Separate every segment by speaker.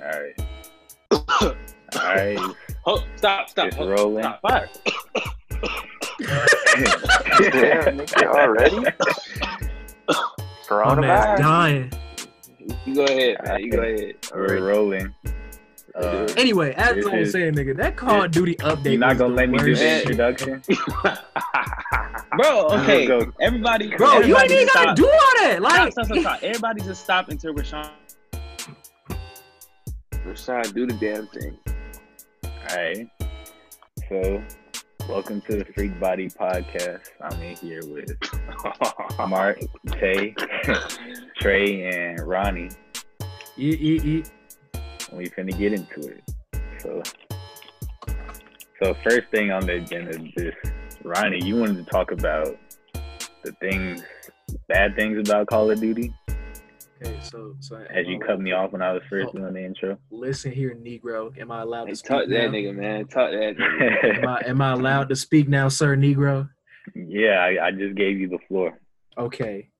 Speaker 1: All right. All right.
Speaker 2: Hold, stop, stop.
Speaker 1: It's
Speaker 2: hold,
Speaker 1: rolling.
Speaker 2: Stop. Fire.
Speaker 3: Damn, nigga, already?
Speaker 4: My man's
Speaker 3: Coronavirus?
Speaker 4: dying.
Speaker 2: You go ahead, man. You go ahead.
Speaker 1: We're rolling. Uh,
Speaker 4: Anyway, as
Speaker 1: This
Speaker 4: I was
Speaker 1: is-
Speaker 4: saying, nigga, that Call of Duty update.
Speaker 1: you're not
Speaker 4: was
Speaker 1: gonna
Speaker 4: the
Speaker 1: let me do
Speaker 4: worst
Speaker 1: the
Speaker 4: shit.
Speaker 1: introduction.
Speaker 2: Bro, okay.
Speaker 1: Go.
Speaker 2: Everybody.
Speaker 4: Bro, you ain't
Speaker 2: everybody
Speaker 4: even gotta
Speaker 2: stop.
Speaker 4: do all that.
Speaker 2: Stop,
Speaker 4: Like,
Speaker 2: stop, stop, stop. Everybody just stop until Rashawn. Rashawn, do the damn thing.
Speaker 1: All right. So, welcome to the Freak Body Podcast. I'm in here with Mark, Tay, Trey, and Ronnie.
Speaker 4: e- e- e-
Speaker 1: and we finna get into it. So, so first thing on the agenda is this, Ronnie. You wanted to talk about the things, bad things about Call of Duty,
Speaker 4: Okay, so so uh,
Speaker 1: as you cut me off when I was first doing the intro.
Speaker 4: Listen here, Negro. Am I allowed
Speaker 2: Hey,
Speaker 4: to
Speaker 2: talk
Speaker 4: speak
Speaker 2: that
Speaker 4: now?
Speaker 2: nigga, man. Talk that nigga.
Speaker 4: Am I, am I allowed to speak now, sir, Negro?
Speaker 1: yeah, I, I just gave you the floor.
Speaker 4: Okay.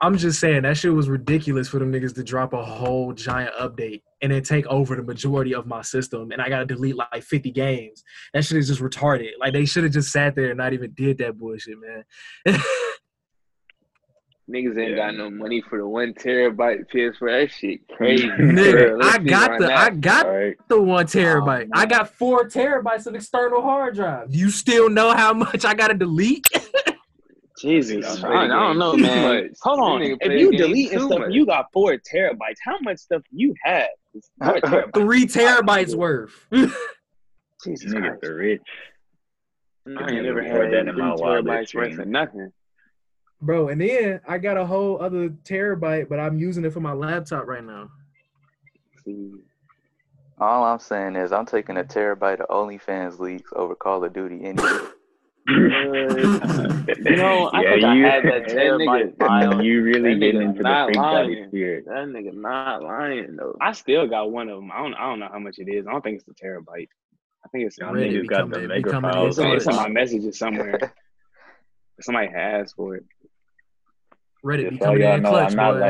Speaker 4: I'm just saying that shit was ridiculous for them niggas to drop a whole giant update and then take over the majority of my system and I gotta delete like 50 games. That shit is just retarded. Like they should have just sat there and not even did that bullshit, man.
Speaker 2: Niggas ain't
Speaker 1: Yeah.
Speaker 2: got no money for the one terabyte PS4. That shit crazy.
Speaker 4: Nigga,
Speaker 2: bro. Let's
Speaker 4: I
Speaker 2: be
Speaker 4: got
Speaker 2: right
Speaker 4: the
Speaker 2: now.
Speaker 4: I got
Speaker 1: All right,
Speaker 4: the one terabyte.
Speaker 2: man.
Speaker 1: Oh,
Speaker 4: I got four terabytes of external hard drive. You still know how much I gotta delete?
Speaker 2: Jesus,
Speaker 1: I'm
Speaker 2: I, I don't
Speaker 1: ready.
Speaker 2: know, man.
Speaker 3: Much.
Speaker 2: Hold on.
Speaker 3: This nigga
Speaker 2: If
Speaker 3: play
Speaker 2: you
Speaker 3: games
Speaker 2: delete and
Speaker 3: too
Speaker 2: stuff,
Speaker 3: much.
Speaker 2: you got four terabytes. How much stuff you have? It's Four terabytes.
Speaker 4: Three terabytes worth.
Speaker 2: Jesus Christ.
Speaker 1: niggas are rich.
Speaker 2: I ain't
Speaker 1: niggas
Speaker 2: never
Speaker 1: poured
Speaker 2: had
Speaker 1: that in
Speaker 2: three
Speaker 1: my wallet,
Speaker 2: terabytes worth
Speaker 1: man.
Speaker 2: of nothing.
Speaker 4: Bro, and then I got a whole other terabyte, but I'm using it for my laptop right now.
Speaker 2: See,
Speaker 3: All I'm saying is I'm taking a terabyte of OnlyFans leaks over Call of Duty any day.
Speaker 2: You know, I think I had that terabyte file.
Speaker 1: you really
Speaker 2: That
Speaker 1: getting
Speaker 2: nigga
Speaker 1: into the
Speaker 2: not
Speaker 1: freak body
Speaker 2: lying.
Speaker 1: spirit.
Speaker 2: That nigga not lying though.
Speaker 5: I still got one of them. I don't. I don't know how much it is. I don't think it's a terabyte. I think it's.
Speaker 1: Y'all
Speaker 4: Really
Speaker 1: niggas got the
Speaker 4: becoming-
Speaker 1: mega
Speaker 4: becoming
Speaker 1: files.
Speaker 5: It's, in- it's in
Speaker 1: on
Speaker 5: my messages somewhere. Somebody has for it.
Speaker 4: Reddit be
Speaker 1: Just so
Speaker 4: coming
Speaker 1: y'all
Speaker 4: in
Speaker 1: know,
Speaker 4: clutch,
Speaker 1: I'm not
Speaker 4: boy.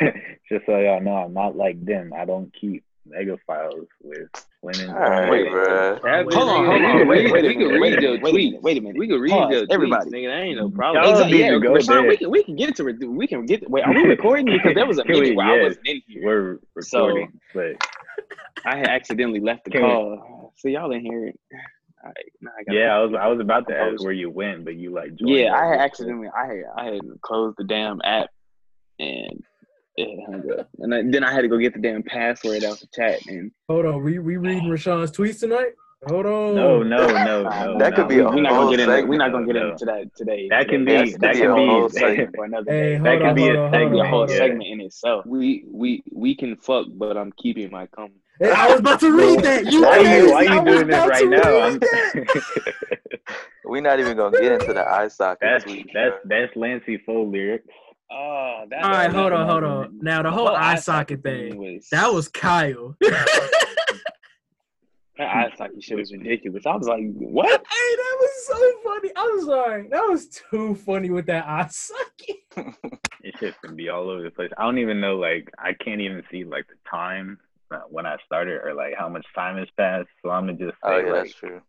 Speaker 1: like. just so y'all know, I'm not like them. I don't keep mega files with women.
Speaker 3: All right,
Speaker 2: Wait.
Speaker 3: bruh.
Speaker 2: That
Speaker 4: Wait,
Speaker 2: bitch-
Speaker 4: hold on, hold
Speaker 1: on. Wait, wait a
Speaker 2: We can
Speaker 1: minute,
Speaker 2: read
Speaker 1: wait a
Speaker 2: your
Speaker 5: minute, wait a
Speaker 2: tweets.
Speaker 5: minute, wait a minute.
Speaker 2: We can read
Speaker 5: Pause,
Speaker 2: your tweets,
Speaker 5: everybody.
Speaker 2: nigga. That ain't no
Speaker 1: Y'all
Speaker 2: problem.
Speaker 1: need to go
Speaker 2: Rashawn,
Speaker 1: ahead.
Speaker 2: we can we can get to it. dude. We can get. To, wait, are we recording? Because there was a
Speaker 1: Can we-
Speaker 2: minute where I
Speaker 1: yes.
Speaker 2: wasn't in here.
Speaker 1: We're
Speaker 5: So-
Speaker 1: recording, but
Speaker 5: I had accidentally left the
Speaker 1: Can we-
Speaker 5: call, so y'all didn't hear it. All right, now I gotta-
Speaker 1: yeah, I was I was about to
Speaker 5: I
Speaker 1: ask
Speaker 5: was-
Speaker 1: where you went, but you like joined
Speaker 5: yeah. I
Speaker 1: us.
Speaker 5: had accidentally. I had. I had closed the damn app, and it hung up. And I, then I had to go get the damn password out the chat. And
Speaker 4: Hold on, we we reading Rashawn's tweets tonight? Hold on.
Speaker 1: No, no, no, Oh, no.
Speaker 3: That could
Speaker 1: no.
Speaker 3: be a
Speaker 5: we're not
Speaker 3: whole
Speaker 5: gonna get into. We're
Speaker 3: segment.
Speaker 5: not gonna get
Speaker 1: No.
Speaker 5: into that today.
Speaker 1: That can be-
Speaker 5: That's-
Speaker 3: that
Speaker 5: that's
Speaker 3: can
Speaker 5: a
Speaker 3: be a
Speaker 5: whole
Speaker 3: whole
Speaker 5: segment for another
Speaker 4: Hey,
Speaker 5: day.
Speaker 4: hold
Speaker 1: That
Speaker 4: on,
Speaker 1: could be
Speaker 4: hold
Speaker 1: a
Speaker 4: on, hold
Speaker 5: be a
Speaker 4: on,
Speaker 5: whole
Speaker 4: hold on.
Speaker 5: segment in itself.
Speaker 2: We we we can fuck, but I'm keeping my cum.
Speaker 4: Hey, I was about to read that. You
Speaker 1: Why you,
Speaker 4: guys,
Speaker 1: why
Speaker 4: I
Speaker 1: you
Speaker 4: was
Speaker 1: doing this
Speaker 4: about
Speaker 1: right
Speaker 4: to
Speaker 1: now?
Speaker 4: read
Speaker 1: I'm,
Speaker 4: that.
Speaker 3: We're not even going to get into the eye socket
Speaker 1: that's
Speaker 3: tweet,
Speaker 1: that's
Speaker 3: bruh.
Speaker 1: that's Lancey Foe lyrics.
Speaker 5: Oh, that.
Speaker 4: All right, hold on, hold
Speaker 5: that-
Speaker 4: on. Now the
Speaker 5: that
Speaker 4: whole eye socket
Speaker 5: socket
Speaker 4: thing.
Speaker 5: Was,
Speaker 4: That was Kyle. hey,
Speaker 5: that eye socket shit was ridiculous. I was like, what?
Speaker 4: that was so funny. I'm sorry. That was too funny with that eye socket.
Speaker 1: It just can be all over the place. I don't even know. Like I can't even see like the time uh, when I started or like how much time has passed. So I'm gonna just say
Speaker 3: Oh, yeah,
Speaker 1: like
Speaker 3: that's true.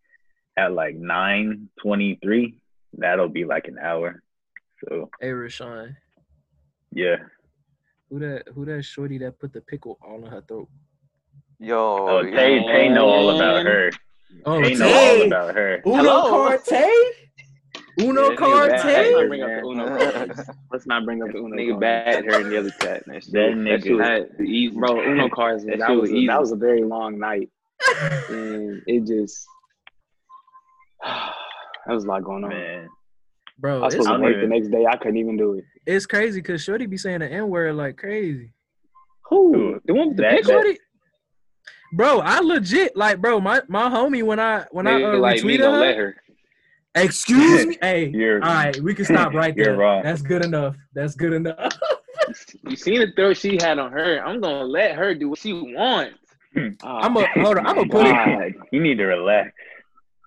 Speaker 1: at like nine twenty three. That'll be like an hour. So
Speaker 4: Hey Rashawn,
Speaker 1: yeah.
Speaker 4: who that who that shorty that put the pickle all in her throat?
Speaker 3: Yo,
Speaker 1: Oh,
Speaker 3: yeah.
Speaker 1: Tay, Tay know all about her.
Speaker 4: Oh,
Speaker 1: Tay know all
Speaker 4: Tay.
Speaker 1: about her.
Speaker 4: Uno
Speaker 5: Hello?
Speaker 4: Carte? Uno
Speaker 2: Yeah, nigga,
Speaker 4: Carte?
Speaker 2: that-
Speaker 5: Let's not
Speaker 2: Tay?
Speaker 5: bring up the Uno. cards. Let's not bring up the Uno.
Speaker 2: Nigga
Speaker 5: cards.
Speaker 2: bad her in the other chat. and That shit,
Speaker 1: That
Speaker 2: that shit
Speaker 1: nigga.
Speaker 2: was-
Speaker 5: That- Bro, Uno cards.
Speaker 2: That
Speaker 5: That,
Speaker 2: shit was
Speaker 5: was a,
Speaker 2: easy.
Speaker 5: that was a very long night, and it just. That was a lot going on.
Speaker 1: Man,
Speaker 5: I
Speaker 4: Bro,
Speaker 5: was
Speaker 4: it's,
Speaker 5: supposed
Speaker 1: I
Speaker 5: to
Speaker 1: don't
Speaker 5: work
Speaker 1: even-
Speaker 5: the next day. I couldn't even do it.
Speaker 4: it's crazy because Shorty be saying the N word like crazy.
Speaker 5: Who? The one with the
Speaker 1: That-
Speaker 5: pickle?
Speaker 4: Shorty, bro, I legit like, bro, my, my homie when I when I
Speaker 2: nigga
Speaker 4: uh,
Speaker 2: like me
Speaker 4: retweeted
Speaker 2: don't
Speaker 4: her,
Speaker 2: let her.
Speaker 4: Excuse me. Hey,
Speaker 1: You're-
Speaker 4: all right, we can stop right
Speaker 1: you're
Speaker 4: there.
Speaker 1: wrong.
Speaker 4: That's good enough. That's good enough.
Speaker 2: You seen the throw she had on her? I'm gonna let her do what she wants.
Speaker 5: Oh,
Speaker 4: I'm a hold on. I'm gonna put it.
Speaker 1: God, you need to relax.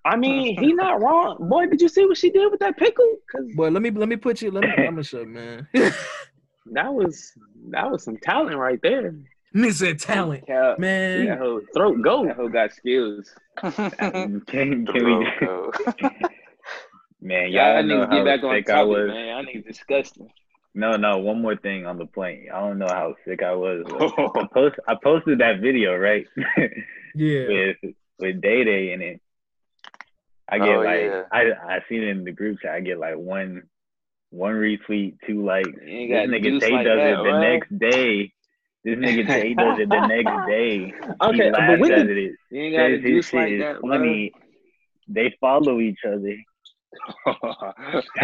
Speaker 5: I mean, he not wrong. Boy, did you see what she did with that pickle? Cause
Speaker 4: Boy, let me let me put you. Let me. I'm gonna shut, man.
Speaker 5: that was that was some talent right there.
Speaker 4: missing talent,
Speaker 5: Cal,
Speaker 4: man.
Speaker 5: that whole throat go. That whole got skills.
Speaker 1: can, can
Speaker 3: Bro,
Speaker 1: we,
Speaker 3: bro.
Speaker 1: man, y'all
Speaker 5: Y'all
Speaker 1: know
Speaker 5: niggas
Speaker 1: how
Speaker 5: get back on
Speaker 1: sick I
Speaker 5: topic,
Speaker 1: was.
Speaker 5: man. Y'all niggas disgusting.
Speaker 1: No, no. One more thing on the plane. I don't know how sick I was. I, post, I posted that video right
Speaker 4: Yeah,
Speaker 1: with with Day Day in it. I get
Speaker 3: Oh,
Speaker 1: like
Speaker 3: yeah.
Speaker 1: I I seen it in the group chat. I get like one one retweet, two likes.
Speaker 5: You ain't
Speaker 1: This
Speaker 5: got
Speaker 1: nigga
Speaker 5: juice
Speaker 1: Tay
Speaker 5: like
Speaker 1: does
Speaker 5: that,
Speaker 1: it the
Speaker 5: bro.
Speaker 1: next day. This nigga Tay does it the next day.
Speaker 5: Okay,
Speaker 1: he
Speaker 5: but
Speaker 1: laughs
Speaker 5: when
Speaker 1: at
Speaker 5: did,
Speaker 1: it.
Speaker 5: you ain't got
Speaker 1: Says his
Speaker 5: a juice
Speaker 1: shit
Speaker 5: like
Speaker 1: is
Speaker 5: that, bro.
Speaker 1: funny. They follow each other.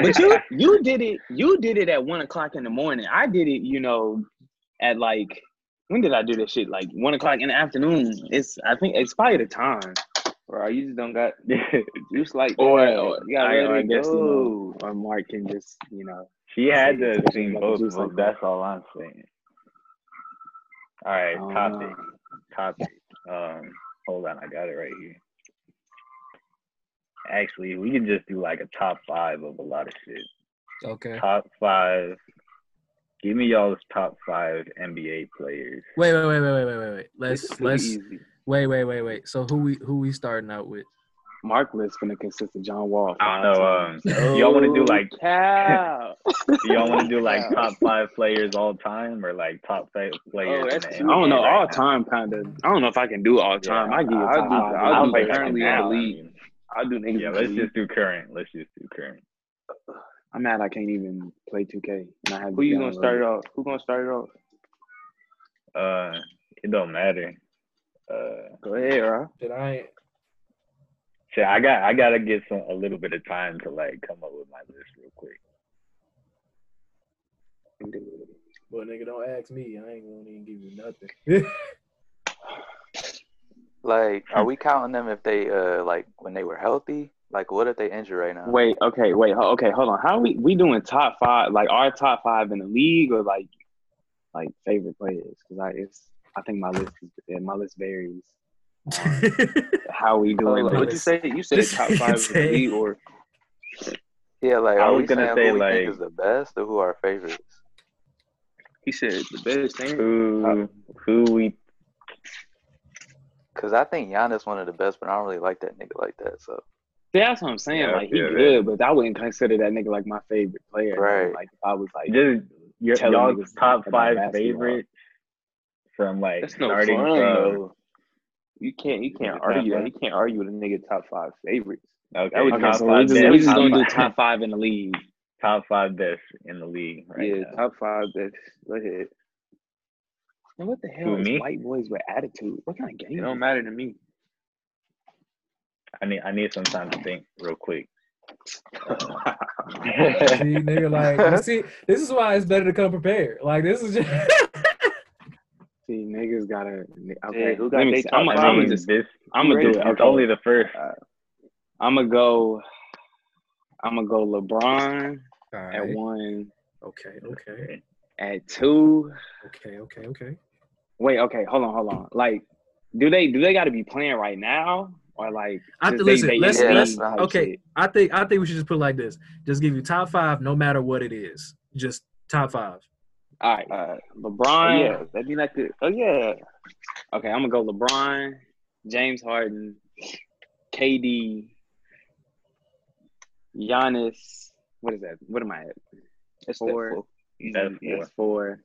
Speaker 5: but you you did it you did it at one o'clock in the morning. I did it, you know, at like when did I do this shit? Like one o'clock in the afternoon. It's I think it's probably the time. Bro, you just don't got juice like that.
Speaker 2: Or, or,
Speaker 5: you gotta
Speaker 2: I,
Speaker 5: let
Speaker 2: or I
Speaker 5: it
Speaker 2: guess
Speaker 5: go.
Speaker 2: you know, or Mark can just you know.
Speaker 1: she had to have
Speaker 2: Just
Speaker 1: seen
Speaker 2: like
Speaker 1: both of
Speaker 2: just
Speaker 1: them.
Speaker 2: like that.
Speaker 1: That's all I'm saying. All
Speaker 2: I
Speaker 1: right,
Speaker 2: don't
Speaker 1: topic,
Speaker 2: know.
Speaker 1: topic. Um, hold on, I got it right here. Actually, we can just do like a top five of a lot of shit.
Speaker 4: okay.
Speaker 1: Top five. Give me y'all's top five NBA players.
Speaker 4: Wait, wait, wait, wait, wait, wait, wait, wait.
Speaker 2: This is
Speaker 4: Let's
Speaker 2: too
Speaker 4: let's
Speaker 2: easy.
Speaker 4: wait, wait, wait, wait. So who we who we starting out with?
Speaker 2: Mark list gonna consist of John Wall.
Speaker 1: I don't know. Um, y'all want to do like
Speaker 5: Cow.
Speaker 2: Oh.
Speaker 1: Do y'all want to do like top five players all time or like top five players?
Speaker 5: Oh, that's
Speaker 1: in the
Speaker 2: I
Speaker 5: too-
Speaker 1: NBA
Speaker 2: don't know
Speaker 1: right
Speaker 2: all
Speaker 1: now?
Speaker 2: time kind of. I don't know if I can do all time. I give you
Speaker 5: I'll
Speaker 2: top
Speaker 5: do-
Speaker 2: five.
Speaker 5: I'll
Speaker 2: I'll
Speaker 5: do
Speaker 2: do
Speaker 5: like
Speaker 2: currently in
Speaker 5: now.
Speaker 2: the league.
Speaker 1: mean,
Speaker 2: I'll do niggas.
Speaker 1: yeah,
Speaker 2: in the
Speaker 1: let's
Speaker 2: league.
Speaker 1: just do current. Let's just do current.
Speaker 2: I'm mad I can't even play 2K. And I have
Speaker 5: Who you gonna start it off? Who gonna start it off?
Speaker 1: Uh, it don't matter. Uh,
Speaker 2: Go ahead, bro.
Speaker 4: Did I?
Speaker 1: shit, I got I gotta get some a little bit of time to like come up with my list real quick.
Speaker 4: Well, nigga, don't ask me. I ain't gonna even give you nothing.
Speaker 3: like, are we counting them if they uh like when they were healthy? Like, what if they injured right now?
Speaker 2: Wait, okay, wait, ho- okay, hold on. How we we doing top five? Like our top five in the league, or like like favorite players? Because I it's I think my list is yeah, my list varies. How we doing?
Speaker 4: Hold on.
Speaker 2: Like,
Speaker 5: What'd you say? You said
Speaker 4: This
Speaker 5: top
Speaker 4: nigga
Speaker 5: five in
Speaker 4: said-
Speaker 5: the league or
Speaker 3: Yeah, like,
Speaker 1: I
Speaker 3: are
Speaker 1: was
Speaker 3: we
Speaker 1: gonna
Speaker 3: saying
Speaker 1: say,
Speaker 3: who we
Speaker 1: like-
Speaker 3: think is the best or who our favorites?
Speaker 5: he said the best thing.
Speaker 1: Who who we?
Speaker 3: Because I think Giannis one of the best, but I don't really like that nigga like that. So
Speaker 2: See, that's what I'm saying.
Speaker 1: Yeah,
Speaker 2: like he
Speaker 1: yeah,
Speaker 2: good, but I wouldn't consider that nigga like my favorite player.
Speaker 3: Right.
Speaker 2: Like if I was like,
Speaker 1: Just your,
Speaker 2: Tell them
Speaker 1: y'all's
Speaker 2: niggas
Speaker 1: top
Speaker 2: about
Speaker 1: five
Speaker 2: basketball.
Speaker 1: favorites from like
Speaker 5: That's no
Speaker 1: starting
Speaker 5: fun
Speaker 1: from.
Speaker 5: though. You can't you can't
Speaker 1: Top
Speaker 5: argue that.
Speaker 1: five.
Speaker 5: You can't argue with a nigga top five favorites.
Speaker 1: Okay,
Speaker 5: That was
Speaker 2: okay,
Speaker 1: top
Speaker 2: so we
Speaker 1: five
Speaker 2: just,
Speaker 1: best,
Speaker 2: we just
Speaker 1: top
Speaker 2: gonna do
Speaker 1: five-
Speaker 2: top five in the league.
Speaker 1: top five best in the league right
Speaker 5: yeah,
Speaker 1: now.
Speaker 5: top five best. Go ahead.
Speaker 2: And what the
Speaker 1: Who,
Speaker 2: hell is
Speaker 1: me?
Speaker 2: white boys with attitude? What kind of
Speaker 5: It
Speaker 2: game?
Speaker 5: don't matter to me.
Speaker 1: I need I need some time to think real quick. Uh,
Speaker 4: See, nigga, like, you see, this is why it's better to come prepared. Like, this is just.
Speaker 2: See, niggas gotta. Okay,
Speaker 5: Yeah, who got
Speaker 2: let me
Speaker 5: they
Speaker 2: see.
Speaker 5: top
Speaker 2: I'm,
Speaker 5: five?
Speaker 1: I
Speaker 2: gonna
Speaker 1: mean,
Speaker 2: just.
Speaker 1: this
Speaker 2: I'm gonna do
Speaker 1: it's
Speaker 2: it. Uh, Okay.
Speaker 1: only the first.
Speaker 2: I'm gonna go. I'm gonna go LeBron at
Speaker 4: Alright.
Speaker 2: one,
Speaker 4: Okay, okay,
Speaker 2: at two.
Speaker 4: okay, okay, okay.
Speaker 2: Wait, okay, hold on, hold on. Like, do they do they got to be playing right now or like?
Speaker 4: I
Speaker 2: just they-
Speaker 4: th- listen,
Speaker 2: they
Speaker 4: let's-
Speaker 2: in the
Speaker 3: let's-
Speaker 2: league type
Speaker 4: okay.
Speaker 2: shit?
Speaker 4: I think I think we should just put it like this: just give you top five, no matter what it is, just top five.
Speaker 2: All right,
Speaker 5: Uh, oh,
Speaker 2: LeBron.
Speaker 5: yeah, that'd be like the oh yeah.
Speaker 2: Okay, I'm gonna go LeBron, James Harden, KD, Giannis. What is that? What am I at?
Speaker 5: That's
Speaker 2: Four.
Speaker 5: four.
Speaker 1: That's
Speaker 2: Yeah,
Speaker 1: four.
Speaker 2: That's four.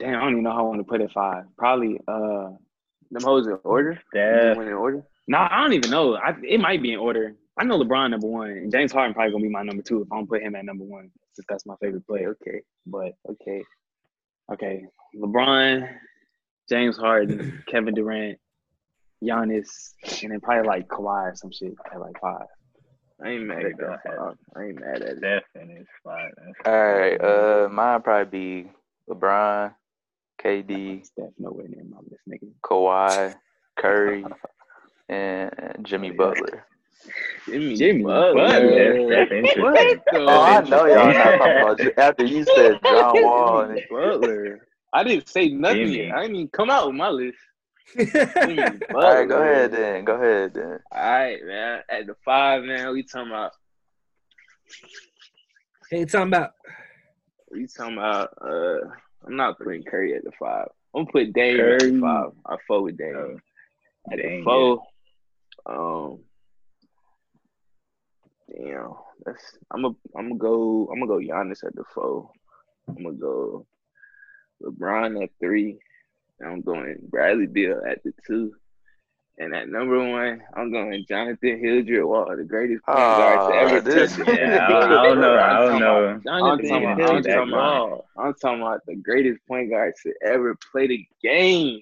Speaker 2: Damn, I don't even know how I want to put it. Five, probably. Uh,
Speaker 5: Them hoes in order.
Speaker 1: Steph,
Speaker 5: Went in order.
Speaker 2: nah, I don't even know. I, it might be in order. I know LeBron number one. and James Harden probably gonna be my number two if I don't put him at number one since that's my favorite
Speaker 5: Okay,
Speaker 2: player.
Speaker 5: okay,
Speaker 2: But
Speaker 5: okay.
Speaker 2: okay, LeBron, James Harden, Kevin Durant, Giannis, and then probably like Kawhi or some shit at like five.
Speaker 5: I ain't mad
Speaker 1: They
Speaker 5: at
Speaker 1: don't
Speaker 5: that.
Speaker 1: have-
Speaker 5: dog. I ain't mad at that.
Speaker 1: Steph, and it's fine.
Speaker 3: all right, uh, mine probably be LeBron, KD,
Speaker 2: Steph nowhere near my list, nigga.
Speaker 3: Kawhi, Curry, and Jimmy Butler.
Speaker 5: Jimmy,
Speaker 2: Jimmy
Speaker 1: That's,
Speaker 2: Butler.
Speaker 5: Butler.
Speaker 1: that's, that's interesting.
Speaker 5: What the?
Speaker 3: Oh, I know y'all not
Speaker 1: interesting.
Speaker 3: talking about J- after you said John Wall. And,
Speaker 5: Butler. I didn't say nothing
Speaker 1: Jimmy.
Speaker 5: yet. I didn't even come out with my list. Jimmy
Speaker 4: yeah,
Speaker 5: Butler.
Speaker 3: all right, go ahead then. Go ahead then.
Speaker 5: All right, man. At the five, man, we talking about
Speaker 4: you talking about
Speaker 5: we talking about uh I'm not putting Curry at the five. I'm gonna put Dame at
Speaker 1: Curry.
Speaker 5: the five. I four with Dame.
Speaker 1: Oh,
Speaker 5: at
Speaker 1: dang,
Speaker 5: the four. Um Damn. That's I'm a I'm gonna go I'm gonna go Giannis at the four. I'm gonna go LeBron at three. And I'm going Bradley Bill at the two. And at number one, I'm going Jonathan Hildred Wall, the greatest point guard to
Speaker 3: Ah,
Speaker 5: ever
Speaker 3: this-
Speaker 5: touch
Speaker 1: yeah. Yeah, I, I don't know. I don't know.
Speaker 5: I'm
Speaker 2: Jonathan
Speaker 5: talking, about,
Speaker 2: Hill's
Speaker 5: I'm,
Speaker 1: Hill's
Speaker 5: talking
Speaker 1: that
Speaker 5: about, I'm talking about the greatest point guard to ever play the game.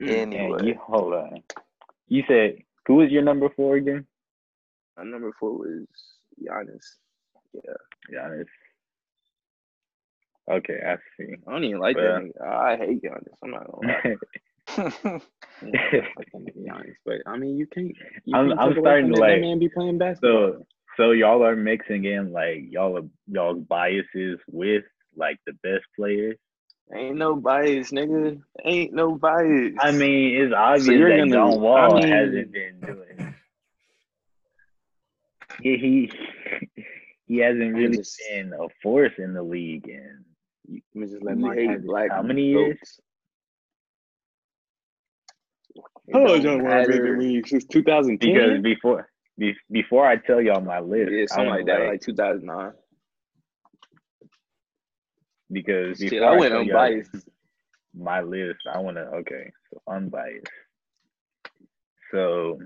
Speaker 1: Man,
Speaker 3: Anyway,
Speaker 1: you hold on. You said who was your number four again?
Speaker 5: My number four was Giannis.
Speaker 1: Giannis. Okay, I see.
Speaker 5: I don't even like
Speaker 1: Yeah.
Speaker 5: that nigga. Ah, I hate Giannis. I'm not gonna lie.
Speaker 2: Like, I'm Giannis, but I mean, you can't. You
Speaker 1: I'm-
Speaker 2: can't
Speaker 1: I'm
Speaker 2: take away
Speaker 1: starting
Speaker 2: from
Speaker 1: to
Speaker 2: that
Speaker 1: like-
Speaker 2: man be playing basketball.
Speaker 1: so so y'all are mixing in like y'all y'all biases with like the best players.
Speaker 5: Ain't no bias, nigga. Ain't no bias.
Speaker 1: I mean, it's obvious
Speaker 5: you're
Speaker 1: that
Speaker 5: gonna-
Speaker 1: John Wall
Speaker 5: I mean-
Speaker 1: hasn't been doing. He he, he hasn't really
Speaker 5: just-
Speaker 1: been a force in the league in
Speaker 5: let me just let
Speaker 1: you
Speaker 5: my
Speaker 1: hate
Speaker 5: hate black.
Speaker 1: how many years?
Speaker 5: folks. It don't matter.
Speaker 2: league since 2010.
Speaker 1: because before be, before I tell y'all my list,
Speaker 5: Yeah,
Speaker 1: I'm
Speaker 5: something like that, like 2009.
Speaker 1: because
Speaker 5: Shit,
Speaker 1: before
Speaker 5: I went
Speaker 1: tell y'all
Speaker 5: unbiased.
Speaker 1: my list, I want to okay, so unbiased. So